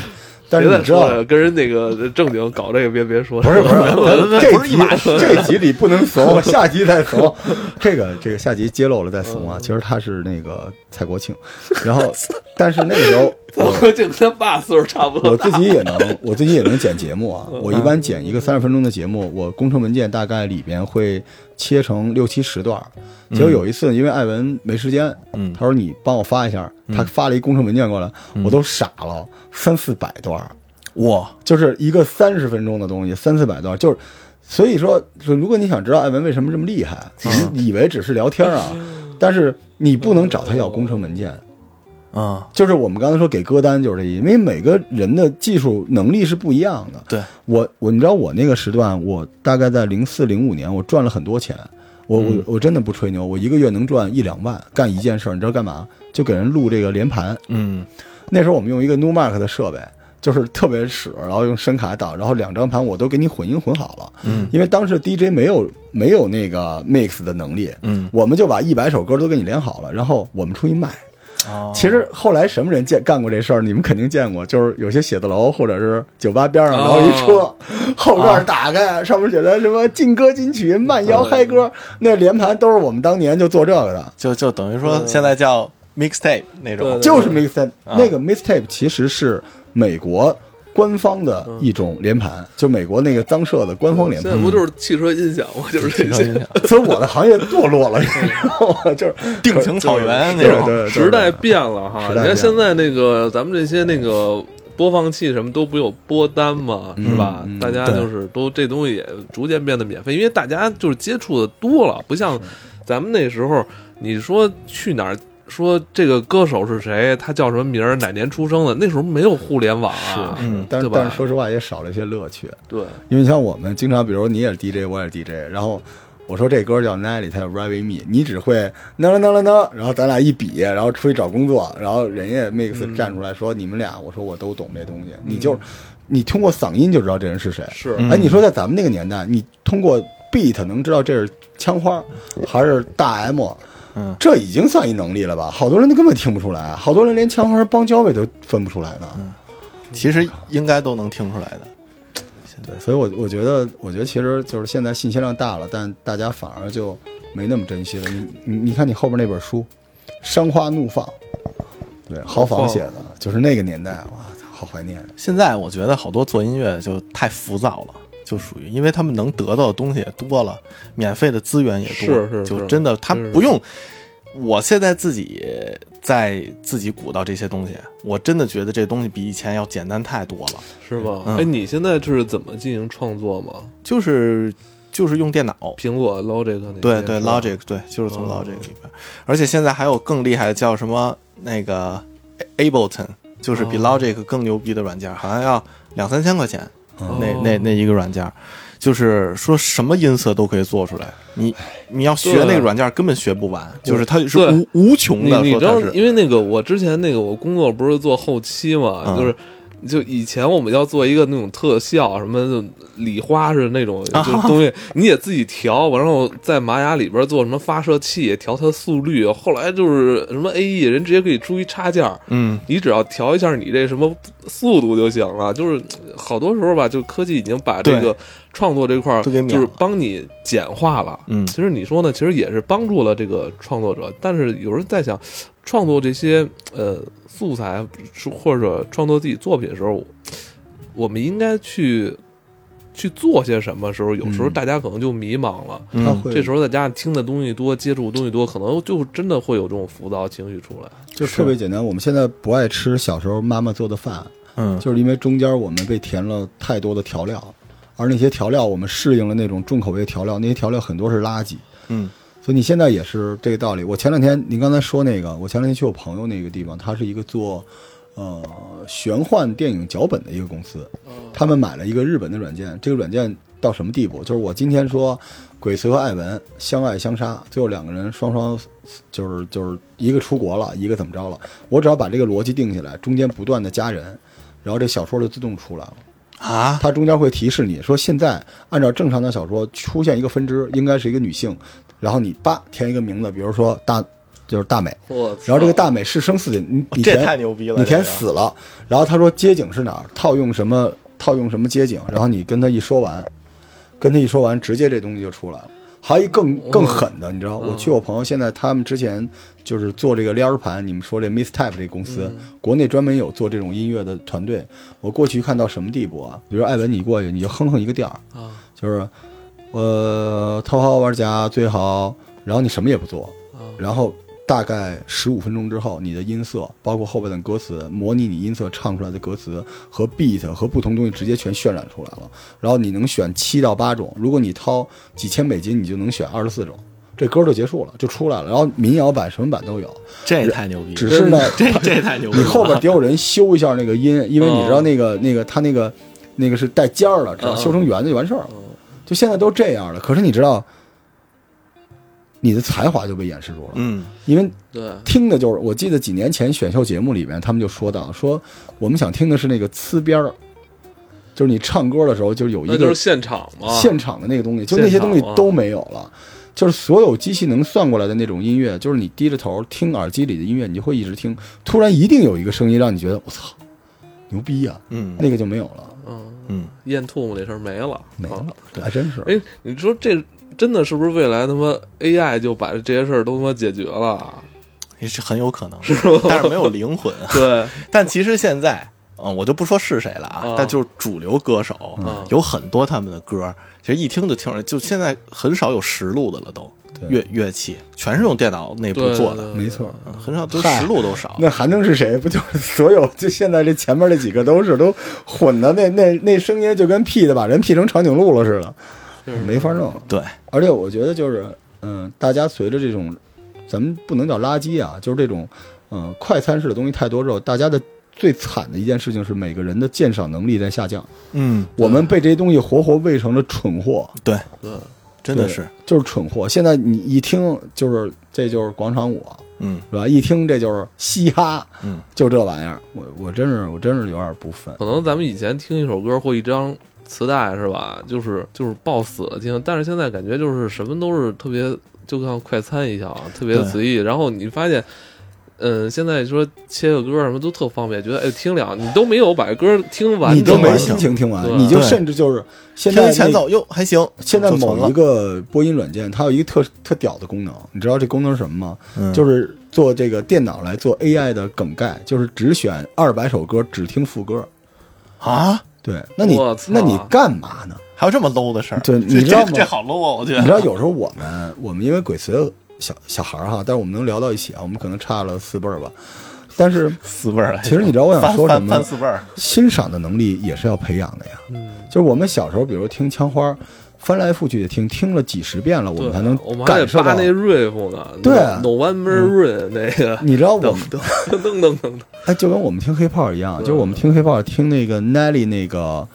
Speaker 3: 但是
Speaker 1: 别
Speaker 3: 你
Speaker 1: 再
Speaker 3: 知
Speaker 1: 说
Speaker 3: 道，
Speaker 1: 了，跟人那个正经搞这个别别说了，
Speaker 3: 不是不是
Speaker 2: 不是
Speaker 3: 这
Speaker 2: 不是一
Speaker 3: 集
Speaker 2: 码事
Speaker 3: 这集里不能怂，下集再怂。这个这个下集揭露了再怂啊！其实他是那个蔡国庆，然后但是那个时候
Speaker 1: 我和这跟他爸岁数差不多
Speaker 3: 我自己也
Speaker 2: *laughs*
Speaker 3: 能，我自己也能剪节目
Speaker 2: 嗯
Speaker 3: 啊。我一般剪一个三十分钟的节目，我工程文件大概里边会切成六七十段儿。结果有一次，因为艾文没时间，
Speaker 2: 嗯
Speaker 3: 他说你帮我发一下，他发了一工程文件过来，我都傻了，三四百段儿，
Speaker 2: 哇，
Speaker 3: 就是一个三十分钟的东西，三四百段儿，就是。所以说，就如果你想知道艾文为什么这么厉害，
Speaker 2: 嗯
Speaker 3: 你以为只是聊天啊，但是你不能找他要工程文件，
Speaker 2: 嗯，
Speaker 3: 就是我们刚才说给歌单就是这意思，因为每个人的技术能力是不一样的。
Speaker 2: 对，
Speaker 3: 我我你知道我那个时段，我大概在零四零五年，我赚了很多钱。我
Speaker 2: 嗯
Speaker 3: 我我真的不吹牛，我一个月能赚一两万，干一件事儿，你知道干嘛？就给人录这个连盘。
Speaker 2: 嗯
Speaker 3: 那时候我们用一个 Numark 的设备，就是特别屎，然后用声卡导，然后两张盘我都给你混音混好了。
Speaker 2: 嗯，
Speaker 3: 因为当时 DJ 没有没有那个 mix 的能力，
Speaker 2: 嗯，
Speaker 3: 我们就把一百首歌都给你连好了，然后我们出去卖。
Speaker 2: 哦，
Speaker 3: 其实后来什么人见干过这事儿？你们肯定见过，就是有些写字楼或者是酒吧边上，然后一车，后盖打开，上面写的什么劲歌金曲、慢摇嗨歌，那连盘都是我们当年就做这个的，
Speaker 2: 就就等于说现在叫 mixtape 那种
Speaker 1: 对，
Speaker 3: 就是 mixtape。
Speaker 2: 啊
Speaker 3: 那个 mixtape 其实是美国官方的一种连盘，就美国那个当社的官方连
Speaker 1: 现在
Speaker 3: 盘。
Speaker 1: 不就是汽车音响吗？
Speaker 3: 嗯
Speaker 1: 就是这
Speaker 2: 挺有影
Speaker 1: 些。
Speaker 2: 响
Speaker 3: *laughs* 所以我的行业堕落了，你知道吗？就是
Speaker 2: 定情草原那
Speaker 3: 对
Speaker 2: 种。
Speaker 1: *laughs*
Speaker 3: 对，
Speaker 1: 时代变了哈，
Speaker 3: 时代
Speaker 1: 你
Speaker 3: 变了
Speaker 1: 看现在那个咱们这些那个播放器什么都不有播单嘛，是吧？
Speaker 3: 嗯
Speaker 1: 大家就是都这东西也逐渐变得免费，因为大家就是接触的多了，不像咱们那时候，你说去哪儿。说这个歌手是谁，他叫什么名儿，哪年出生的？那时候没有互联网啊，
Speaker 2: 嗯
Speaker 3: 但
Speaker 1: 对
Speaker 3: 是
Speaker 1: 吧
Speaker 3: 但是说实话也少了一些乐趣，
Speaker 1: 对，
Speaker 3: 因为像我们经常，比如你也是 DJ，我也是 DJ，然后我说这歌叫 Nelly，它叫 Ride With Me，你只会呢啦呢啦呢，然后咱俩一比，然后出去找工作，然后人家 Mix 站出来说、你们俩，我说我都懂这东西，你就你通过嗓音就知道这人是谁。
Speaker 1: 是，
Speaker 2: 嗯
Speaker 3: 哎，你说在咱们那个年代，你通过 beat 能知道这是枪花还是大 M，
Speaker 2: 嗯，
Speaker 3: 这已经算一能力了吧？好多人都根本听不出来，好多人连枪花帮交尾都分不出来呢。
Speaker 2: 其实应该都能听出来的。
Speaker 3: 对，所以我我觉得，我觉得其实就是现在信息量大了，但大家反而就没那么珍惜了。你你你看你后边那本书《山花怒放》，对，豪
Speaker 1: 豪
Speaker 3: 放
Speaker 1: 放
Speaker 3: 写的，就是那个年代，啊哇，好怀念。
Speaker 2: 现在我觉得好多做音乐就太浮躁了，就属于因为他们能得到的东西也多了，免费的资源也多，
Speaker 1: 是嗯是
Speaker 2: 就是真的他
Speaker 1: 真是
Speaker 2: 不用。我现在自己在自己鼓捣这些东西，我真的觉得这东西比以前要简单太多了。
Speaker 1: 是吧？
Speaker 2: 嗯
Speaker 1: 哎，你现在这是怎么进行创作吗？
Speaker 2: 就是就是用电脑，
Speaker 1: 苹果 Logic 那些
Speaker 2: 对对
Speaker 1: 是吧
Speaker 2: ，Logic 对，就是从
Speaker 1: 哦
Speaker 2: Logic 里边。而且现在还有更厉害的，叫什么那个 Ableton，就是比
Speaker 1: 哦
Speaker 2: Logic 更牛逼的软件，好像要两三千块钱。
Speaker 1: 哦
Speaker 2: 那那那一个软件儿，就是说什么音色都可以做出来。你你要学那个软件儿根本学不完，就是它是
Speaker 1: 对
Speaker 2: 无无穷
Speaker 1: 你
Speaker 2: 的。
Speaker 1: 你
Speaker 2: 说
Speaker 1: 知
Speaker 2: 它
Speaker 1: 道，
Speaker 2: 是
Speaker 1: 因为那个我之前那个我工作不是做后期嘛，
Speaker 2: 嗯
Speaker 1: 就是就以前我们要做一个那种特效，什么那种礼花式那
Speaker 2: *laughs*
Speaker 1: 种
Speaker 2: 啊
Speaker 1: 就是东西，你也自己调，然后在玛雅里边做什么发射器，调它速率。后来就是什么 AE，人直接可以出一插件儿。
Speaker 2: 嗯，
Speaker 1: 你只要调一下你这什么速度就行了，就是好多时候吧，就科技已经把这
Speaker 2: 对
Speaker 1: 个创作这块儿，
Speaker 2: 都给
Speaker 1: 就
Speaker 2: 秒
Speaker 1: 是
Speaker 2: 了
Speaker 1: 帮你简化了。
Speaker 2: 嗯
Speaker 1: 其实你说呢，其实也是帮助了这个创作者，但是有人在想，创作这些呃素材是或者创作自己作品的时候，我们应该去去做些什么时候？有时候
Speaker 2: 嗯
Speaker 1: 大家可能就迷茫了。
Speaker 3: 他
Speaker 2: 嗯
Speaker 3: 会
Speaker 1: 这时候再加上听的东西多，接触的东西多，可能就真的会有这种浮躁情绪出来。
Speaker 3: 就特别简单，我们现在不爱吃小时候妈妈做的饭，
Speaker 2: 嗯
Speaker 3: 就是因为中间我们被填了太多的调料，而那些调料我们适应了那种重口味调料，那些调料很多是垃圾。
Speaker 2: 嗯
Speaker 3: 所以你现在也是这个道理。我前两天您刚才说那个，我前两天去我朋友那个地方，他是一个做呃玄幻电影脚本的一个公司，他们买了一个日本的软件。这个软件到什么地步？就是我今天说鬼子和艾文相爱相杀，最后两个人双双就是就是一个出国了，一个怎么着了。我只要把这个逻辑定下来，中间不断的加人，然后这小说就自动出来了。
Speaker 2: 啊，
Speaker 3: 它中间会提示你说，现在按照正常的小说出现一个分支，应该是一个女性，然后你叭填一个名字，比如说大，就是大美，
Speaker 1: 我
Speaker 3: 然后这个大美是生死的，你你
Speaker 2: 哦这
Speaker 3: 填
Speaker 2: 太牛逼了
Speaker 3: 你填
Speaker 2: 这个
Speaker 3: 死了，然后他说街景是哪儿，套用什么套用什么街景，然后你跟他一说完，跟他一说完，直接这东西就出来了。还有一更
Speaker 2: 哦
Speaker 3: 更狠的，你知道，我去我朋友现在他们之前就是做这个 l 儿盘，你们说这 Mistype 这公司，
Speaker 2: 嗯
Speaker 3: 国内专门有做这种音乐的团队。我过去看到什么地步啊？比如艾文，你过去你就哼哼一个调儿，
Speaker 2: 哦
Speaker 1: 啊
Speaker 3: 就是呃，头号玩家最好，然后你什么也不做，然后大概十五分钟之后，你的音色，包括后边的歌词，模拟你音色唱出来的歌词和 beat 和不同东西直接全渲染出来了。然后你能选七到八种，如果你掏几千美金，你就能选二十四种。这歌就结束了，就出来了。然后民谣版什么版都有，
Speaker 2: 这也太牛逼了，
Speaker 3: 只是呢，
Speaker 2: 这这太牛逼
Speaker 3: 你
Speaker 2: 了。
Speaker 3: 后边得有人修一下那个音，因为你知
Speaker 1: 哦
Speaker 3: 道那个、那个他那个那个是带尖儿的，只要修成圆的就完事儿了。就现在都这样了，可是你知道，你的才华就被掩饰住了，
Speaker 2: 嗯
Speaker 3: 因为
Speaker 1: 对，
Speaker 3: 听的就是，我记得几年前选秀节目里面，他们就说到，说我们想听的是那个呲边儿，就是你唱歌的时候，就是有一
Speaker 1: 那就是
Speaker 3: 个
Speaker 1: 啊现场嘛，
Speaker 3: 现场的那个东西，就那些东西都没有了。就是所有机器能算过来的那种音乐，就是你低着头听耳机里的音乐，你就会一直听，突然一定有一个声音让你觉得我操，牛逼呀、
Speaker 2: 嗯
Speaker 3: 那个就没有了，
Speaker 1: 嗯，
Speaker 2: 嗯，
Speaker 1: 咽吐沫这事儿没了，
Speaker 3: 没
Speaker 1: 啊
Speaker 3: 了，对，还真是。
Speaker 1: 哎，你说这真的是不是未来他妈 AI 就把这些事儿都他妈解决了？
Speaker 3: *laughs*
Speaker 2: 也是很有可能，但是没有灵魂。
Speaker 1: 对，
Speaker 2: 但其实现在嗯，我就不说是谁了啊，
Speaker 3: 哦
Speaker 1: 啊
Speaker 2: 但就是主流歌手、
Speaker 1: 嗯
Speaker 2: 有很多他们的歌，其实一听就听着，就现在很少有实录的了都，
Speaker 3: 对
Speaker 2: 乐乐器全是用电脑内部做的，
Speaker 3: 没错。
Speaker 2: 嗯很少都
Speaker 3: 嗨
Speaker 2: 实录都少。
Speaker 3: 那还能是谁？不就是所有就现在这前面这几个都是都混的，那那那声音就跟 P 的把人 P 成长颈鹿了似的，
Speaker 1: 嗯
Speaker 3: 没法弄。
Speaker 2: 对，
Speaker 3: 而且我觉得就是，嗯，大家随着这种，咱们不能叫垃圾啊，就是这种，嗯，快餐式的东西太多之后，大家的最惨的一件事情是每个人的鉴赏能力在下降。
Speaker 2: 嗯，
Speaker 3: 我们被这些东西活活喂成了蠢货，
Speaker 2: 对，
Speaker 1: 对，
Speaker 2: 真的
Speaker 3: 对
Speaker 2: 是，
Speaker 3: 就是蠢货。现在你一听就是这就是广场舞，啊
Speaker 2: 嗯
Speaker 3: 是吧？一听这就是嘻哈，
Speaker 2: 嗯，
Speaker 3: 就这玩意儿，我我真是我真是有点不忿。
Speaker 1: 可能咱们以前听一首歌或一张磁带是吧，就是就是抱死了听，但是现在感觉就是什么都是特别，就像快餐一样，特别
Speaker 2: 对
Speaker 1: 随意。然后你发现，嗯，现在说切个歌什么都特方便，觉得哎听两你都没有把歌听完
Speaker 3: 你
Speaker 1: 整，
Speaker 3: 都没
Speaker 2: 完
Speaker 3: 心情听完
Speaker 1: 对，
Speaker 3: 你就
Speaker 2: 对
Speaker 3: 甚至就是现
Speaker 2: 听
Speaker 3: 在
Speaker 2: 听
Speaker 3: 那
Speaker 2: 前奏哟还行，
Speaker 3: 现在
Speaker 2: 就存
Speaker 3: 某
Speaker 2: 了
Speaker 3: 一个播音软件，它有一个特特屌的功能，你知道这功能是什么吗？
Speaker 2: 嗯
Speaker 3: 就是做这个电脑来做 AI 的梗概，就是只选二百首歌，只听副歌。
Speaker 2: 啊，
Speaker 3: 对，那你
Speaker 1: 我操
Speaker 3: 那你干嘛呢？
Speaker 2: 还有这么 low 的事儿，
Speaker 3: 对
Speaker 2: 这
Speaker 3: 你知道吗
Speaker 2: 这这好 low 啊，我觉得，
Speaker 3: 你知道有时候我们我们因为鬼词小小孩儿哈，但是我们能聊到一起啊，我们可能差了四辈儿吧。但是
Speaker 2: 四辈儿了，
Speaker 3: 其实你知道我想
Speaker 2: 翻
Speaker 3: 说什
Speaker 2: 翻
Speaker 3: 么
Speaker 2: 翻
Speaker 3: 吗？
Speaker 2: 四辈儿，
Speaker 3: 欣赏的能力也是要培养的呀。
Speaker 1: 嗯
Speaker 3: 就是我们小时候，比如听枪花，翻来覆去的听，听了几十遍了，我
Speaker 1: 对
Speaker 3: 们才能
Speaker 1: 我们还得
Speaker 3: 感受
Speaker 1: 扒
Speaker 3: 到
Speaker 1: 那。riff 呢，
Speaker 3: 对啊嗯
Speaker 1: ，November Rain 那个， *laughs*
Speaker 3: 你知道我
Speaker 1: 噔
Speaker 3: 们
Speaker 1: 噔噔噔噔，
Speaker 3: 哎，就跟我们听黑炮一样，
Speaker 1: 对
Speaker 3: 就是我们听黑炮听那个 Nelly 那个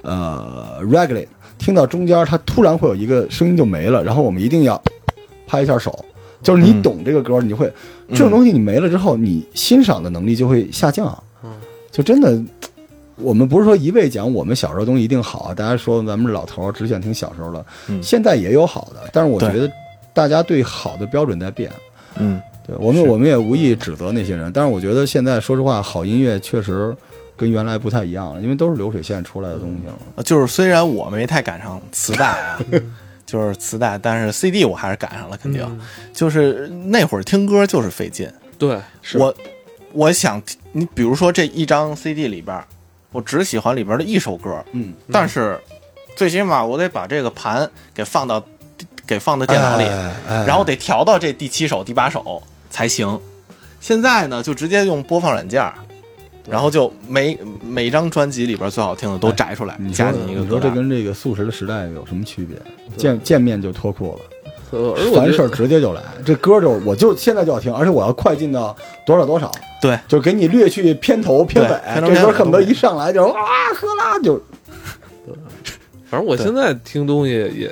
Speaker 3: 呃 Reggae，听到中间它突然会有一个声音就没了，然后我们一定要拍一下手，就是你
Speaker 2: 嗯
Speaker 3: 懂这个歌，你会这种东西你没了之后，你欣赏的能力就会下降
Speaker 1: 嗯，
Speaker 3: 就真的。我们不是说一味讲我们小时候东西一定好啊，大家说咱们是老头儿只想听小时候的，
Speaker 2: 嗯
Speaker 3: 现在也有好的，但是我
Speaker 2: 对
Speaker 3: 觉得大家对好的标准在变，
Speaker 2: 嗯，
Speaker 3: 对我们，
Speaker 2: 是
Speaker 3: 我们也无意指责那些人，但是我觉得现在说实话，好音乐确实跟原来不太一样了，因为都是流水线出来的东西了。
Speaker 2: 呃就是虽然我没太赶上磁带啊， *laughs* 就是磁带，但是 CD 我还是赶上了，
Speaker 3: 嗯
Speaker 2: 肯定。
Speaker 1: 嗯
Speaker 2: 就是那会儿听歌就是费劲，
Speaker 1: 对，
Speaker 2: 我我想听你比如说这一张 CD 里边儿，我只喜欢里边儿的一首歌，
Speaker 3: 嗯，
Speaker 2: 但是最起码我得把这个盘给放到给放到电脑里，
Speaker 3: 哎哎
Speaker 2: 然后得调到这第七首、第八首才行。现在呢，就直接用播放软件儿，然后就每每张专辑里边最好听的都摘出来，
Speaker 3: 哎你说
Speaker 2: 加
Speaker 3: 的
Speaker 2: 进一个
Speaker 3: 你
Speaker 2: 歌
Speaker 3: 说这
Speaker 2: 单。
Speaker 3: 跟这个素食的时代有什么区别？见见面就脱裤子，
Speaker 1: 呃而我
Speaker 3: 凡
Speaker 1: 觉
Speaker 3: 事
Speaker 1: 得
Speaker 3: 直接就来。这歌就我就现在就要听，而且我要快进到多少多少，
Speaker 2: 对，
Speaker 3: 就给你略去片头片
Speaker 2: 对片
Speaker 3: 尾。
Speaker 2: 头
Speaker 3: 这
Speaker 2: 片
Speaker 3: 歌
Speaker 2: 尾
Speaker 3: 恨不得一上来就啊喝啦就
Speaker 1: 反正我
Speaker 2: 对
Speaker 1: 现在听东西也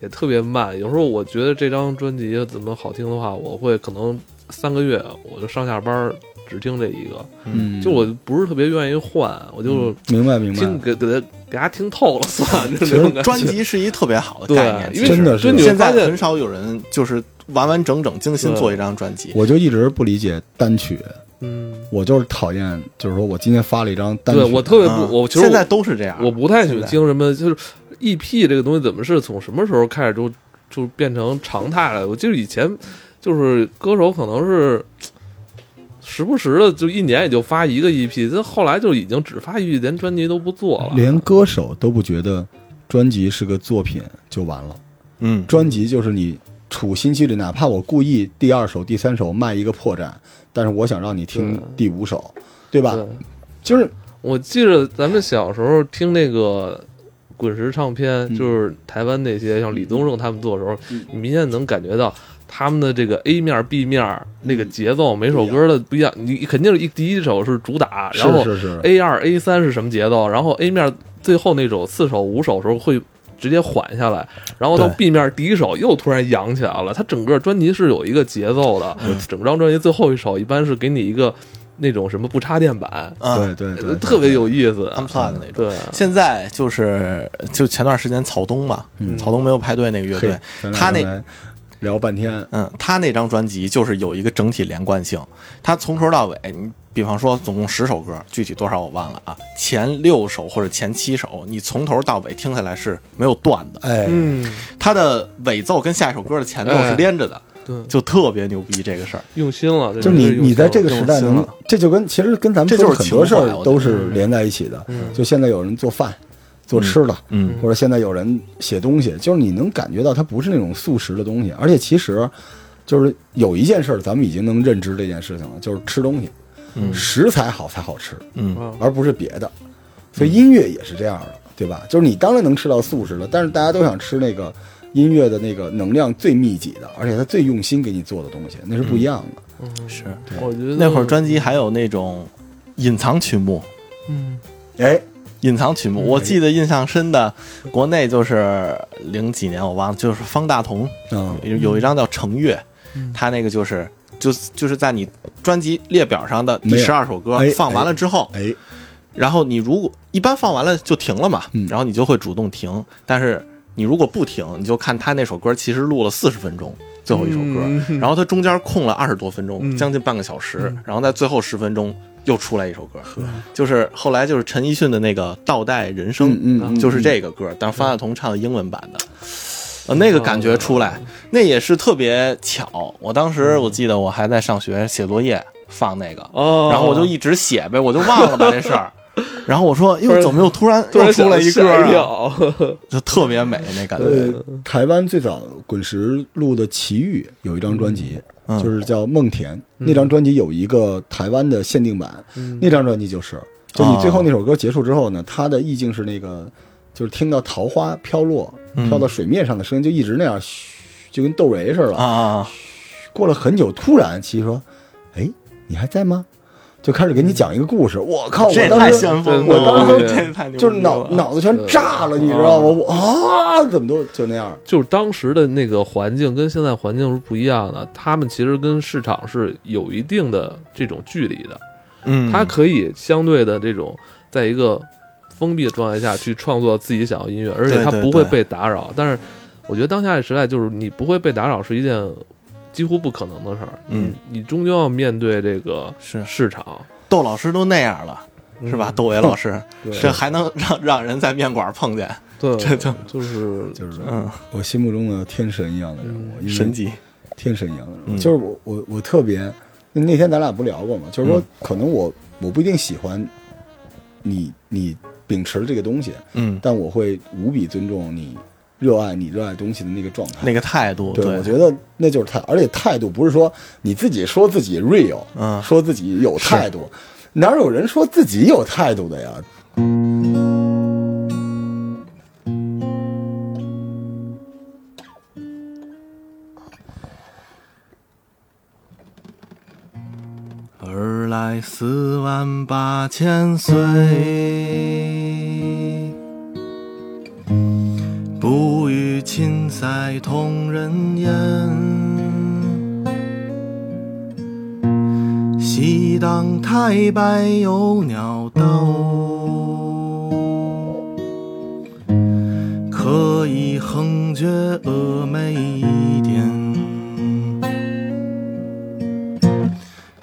Speaker 1: 也特别慢，有时候我觉得这张专辑怎么好听的话，我会可能三个月我就上下班儿只听这一个，
Speaker 3: 嗯
Speaker 1: 就我不是特别愿意换，我就
Speaker 3: 明白明
Speaker 1: 听
Speaker 3: 白。
Speaker 1: 给给它给它听透了算，就那种感觉。
Speaker 2: 专辑是一特
Speaker 3: *laughs*
Speaker 2: 别好的
Speaker 1: 对
Speaker 2: 概
Speaker 1: 因
Speaker 2: 念，，其
Speaker 1: 为
Speaker 2: 实
Speaker 3: 真的是
Speaker 1: 就你会
Speaker 2: 现在
Speaker 1: 发现
Speaker 2: 很少有人就是完完整整精心
Speaker 1: 对
Speaker 2: 做一张专辑。
Speaker 3: 我就一直不理解单曲，
Speaker 1: 嗯，
Speaker 3: 我就是讨厌，就是说我今天发了一张单曲，
Speaker 1: 对我特别
Speaker 2: 嗯
Speaker 1: 不，我其实
Speaker 2: 现在
Speaker 1: 我
Speaker 2: 都是
Speaker 3: 啊
Speaker 2: 这样。
Speaker 1: 我不太喜
Speaker 2: 现
Speaker 1: 欢
Speaker 2: 在
Speaker 1: 听什么，就是 EP 这个东西怎么是从什么时候开始就就变成常态了？我记得以前就是歌手可能是时不时的就一年也就发一个 EP，这后来就已经只发一句，连专辑都不做了。
Speaker 3: 连歌手都不觉得专辑是个作品就完了，
Speaker 2: 嗯，
Speaker 3: 专辑就是你处心积虑，哪怕我故意第二首、第三首卖一个破绽，但是我想让你听
Speaker 1: 对
Speaker 3: 第五首，对吧？
Speaker 1: 对，
Speaker 3: 就是
Speaker 1: 我记着咱们小时候听那个。滚石唱片
Speaker 3: 嗯
Speaker 1: 就是台湾那些像李宗盛他们做的时候，你明显能感觉到他们的这个 A 面、B 面那个节奏，每首歌的嗯不一样。你肯定是一第一首是主打，然后哎
Speaker 3: 是是是，
Speaker 1: A 二、A 三是什么节奏，然后 A 面最后那首四首、五首时候会直接缓下来，然后到
Speaker 2: 对
Speaker 1: B 面第一首又突然扬起来了。它整个专辑是有一个节奏的，整张专辑最后一首一般是给你一个那种什么不插电版，
Speaker 2: 啊，
Speaker 3: 对对对，
Speaker 1: 呃特别有意思。啊
Speaker 2: unplug 的那种。
Speaker 1: 对，
Speaker 2: 现在就是就前段时间草东嘛，
Speaker 1: 嗯
Speaker 2: 草东没有派对那个乐
Speaker 3: 嘿
Speaker 2: 队，
Speaker 3: 咱俩
Speaker 2: 他那
Speaker 3: 刚才聊半天，
Speaker 2: 嗯，他那张专辑就是有一个整体连贯性，他从头到尾，你比方说总共十首歌，具体多少我忘了啊，前六首或者前七首，你从头到尾听下来是没有断的，
Speaker 3: 哎，
Speaker 1: 嗯，哎
Speaker 2: 它的尾奏跟下一首歌的前奏是连着的，
Speaker 1: 对，
Speaker 2: 就特别牛逼这个事儿。
Speaker 1: 用心了，这
Speaker 3: 就
Speaker 1: 真
Speaker 3: 你
Speaker 1: 是用
Speaker 3: 你在这
Speaker 1: 心
Speaker 3: 个
Speaker 1: 了
Speaker 3: 时代
Speaker 2: 用心
Speaker 3: 能
Speaker 2: 了，
Speaker 3: 这就跟其实跟咱
Speaker 2: 这
Speaker 3: 们
Speaker 2: 就
Speaker 3: 说
Speaker 2: 是
Speaker 3: 的很多事
Speaker 2: 情怀
Speaker 3: 儿
Speaker 2: 我
Speaker 3: 都
Speaker 2: 觉得
Speaker 3: 是连在一起的。
Speaker 1: 嗯
Speaker 3: 就现在有人做饭，做吃的，
Speaker 2: 嗯
Speaker 3: 或者现在有人写东西，就是你能感觉到它不是那种速食的东西，而且其实就是有一件事儿，咱们已经能认知这件事情了，就是吃东西，
Speaker 2: 嗯
Speaker 3: 食材好才好吃，
Speaker 2: 嗯
Speaker 1: 啊，
Speaker 3: 而不是别的。所以音乐也是这样的，对吧？就是你当然能吃到素食了，但是大家都想吃那个音乐的那个能量最密集的，而且它最用心给你做的东西，那是不一样的。
Speaker 1: 嗯
Speaker 2: 是。
Speaker 1: 我觉得
Speaker 2: 那会儿专辑还有那种隐藏曲目，
Speaker 1: 嗯
Speaker 3: 哎，
Speaker 2: 隐藏曲目，我记得印象深的，国内就是零几年我忘了，就是方大同
Speaker 3: 嗯，
Speaker 2: 有有一张叫《成乐》，他那个就是就就是在你专辑列表上的第
Speaker 3: 没有
Speaker 2: 十二首歌
Speaker 3: 哎
Speaker 2: 放完了之后，
Speaker 3: 哎，
Speaker 2: 然后你如果一般放完了就停了嘛
Speaker 3: 嗯，
Speaker 2: 然后你就会主动停，但是你如果不停，你就看他那首歌其实录了四十分钟，最后一首歌，
Speaker 1: 嗯
Speaker 2: 然后他中间空了二十多
Speaker 1: 嗯
Speaker 2: 分钟，将近半个小
Speaker 3: 嗯
Speaker 2: 时，然后在最后十分钟又出来一首歌，就是后来就是陈奕迅的那个《倒带人生》，
Speaker 3: 嗯嗯嗯
Speaker 2: 就是这个歌，但是方大同唱的英文版的。呃，那个感觉出
Speaker 3: 哦
Speaker 2: 来，那也是特别巧。我当时我记得我还在上学写作业，放那个，
Speaker 1: 哦，
Speaker 2: 然后我就一直写呗，我就忘了吧这事儿。 *laughs* 然后我说，哟，怎么又 *laughs* 突然
Speaker 1: 突
Speaker 2: 又
Speaker 1: 然
Speaker 2: 出来一
Speaker 1: 吓
Speaker 2: 歌
Speaker 1: 一
Speaker 2: 啊？
Speaker 1: 跳，
Speaker 2: 就特别美那感觉。
Speaker 3: 呃，台湾最早滚石录的《奇遇》有一张专辑，
Speaker 2: 嗯
Speaker 3: 就是叫《梦田》，那张专辑有一个台湾的限定版，
Speaker 2: 嗯
Speaker 3: 那张专辑就是，就你最后那首歌结束之后
Speaker 2: 哦
Speaker 3: 呢，它的意境是那个，就是听到桃花飘落，
Speaker 2: 嗯
Speaker 3: 飘到水面上的声音，就一直那样，嘘就跟窦唯似的。
Speaker 2: 啊啊
Speaker 3: 过了很久，突然琪说：“哎，你还在吗？”就开始给你讲一个故事。我靠！哦
Speaker 2: 啊！
Speaker 3: 我
Speaker 2: 这也
Speaker 3: 当
Speaker 2: 太
Speaker 3: 时
Speaker 2: 先锋了，
Speaker 3: 我当时
Speaker 2: 这也 *laughs* 太牛逼了嗯
Speaker 3: 就是脑脑子全炸了，你知道吗？我啊，怎么都就那样。
Speaker 1: *laughs* 就是当时的那个环境跟现在环境是不一样的，他们其实跟市场是有一定的这种距离的，
Speaker 2: 嗯，
Speaker 1: 他可以相对的这种在一个封闭的状态下去创作自己想要的音乐，而且他
Speaker 2: 对对
Speaker 1: 不会
Speaker 2: 对
Speaker 1: 被打扰。但是我觉得当下的时代就是你不会被打扰是一件几乎不可能的事儿，
Speaker 2: 嗯
Speaker 1: 你，你终究要面对这个
Speaker 2: 是
Speaker 1: 市
Speaker 2: *laughs*
Speaker 1: 场，
Speaker 2: 窦老师都那样了，
Speaker 3: 嗯
Speaker 2: 是吧？窦唯老师，这还能让让人在面馆碰见，
Speaker 1: 对，
Speaker 2: 这就
Speaker 1: 就是
Speaker 3: 就是
Speaker 2: 嗯，
Speaker 3: 我心目中的天神一样的人物，因为
Speaker 2: 神级，
Speaker 3: 天神一样的人
Speaker 2: 嗯
Speaker 3: 物。就是我我我特别，那那天咱俩不聊过吗？就是说
Speaker 2: 嗯，
Speaker 3: 可能我我不一定喜欢你你秉持的这个东西，
Speaker 2: 嗯，
Speaker 3: 但我会无比尊重你热爱你热爱东西的那个状态。
Speaker 2: 那个态度，
Speaker 3: 对，我
Speaker 2: 对，
Speaker 3: 觉得那就是态，而且态度不是说你自己说自己 real，
Speaker 2: 嗯
Speaker 3: 说自己有态度，哪有人说自己有态度的呀？
Speaker 2: 而来四万八千岁，不与秦塞同人烟。西当太白有鸟道，可以横绝峨眉一点。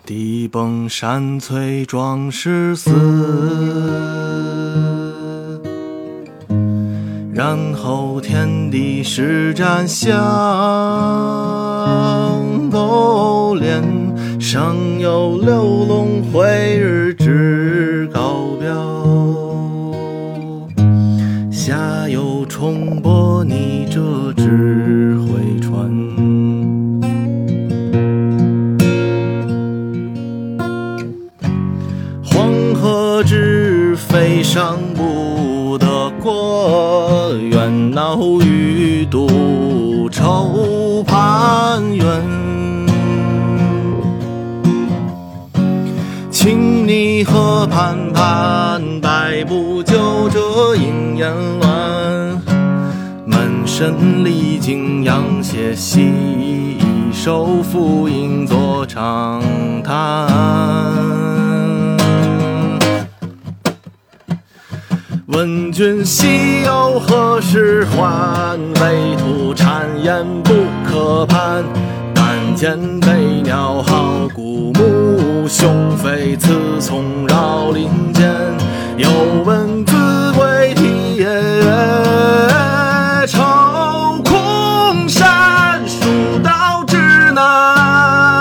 Speaker 2: 地崩山摧壮士死，然后天地施展相勾连，上有六龙会日之高标，下有重播你这只回船。黄河之非上不得过，远闹于都愁攀援。请你河畔盼百步就这银烟湾，满身历经阳斜西，一手浮影坐长叹。问君西游何时还？畏途谗言不可攀。但见飞鸟号古木，雄飞雌从绕林间。又闻子规啼夜月，愁空山。蜀道之难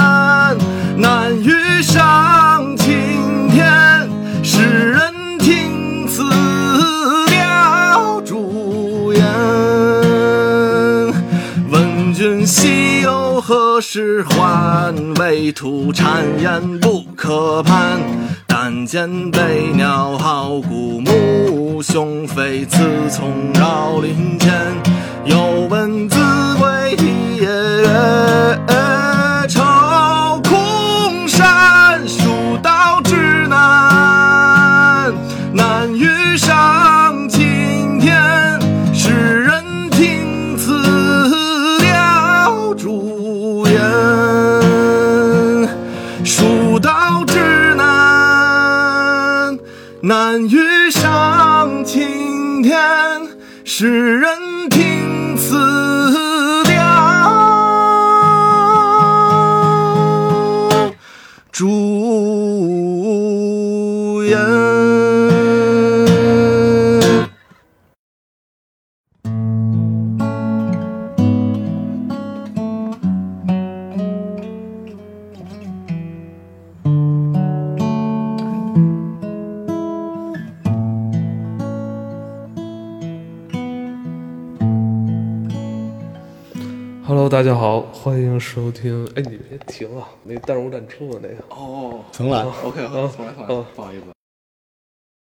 Speaker 2: 君西游何时还？畏途谗言不可攀，但见悲鸟号古木，雄飞雌从绕林间。又闻子规啼夜月，愁空山，蜀道之难，难于上青天。世人听此了朱颜，蜀道之难，难于上青天。世人听此了朱颜。
Speaker 1: Hello，大家好，欢迎收听。哎，你别停啊，那弹幕淡出了那个。
Speaker 2: 哦
Speaker 4: 重来。
Speaker 2: ，OK，
Speaker 1: 好重
Speaker 2: 来，重
Speaker 1: 来哦
Speaker 2: 不好意思。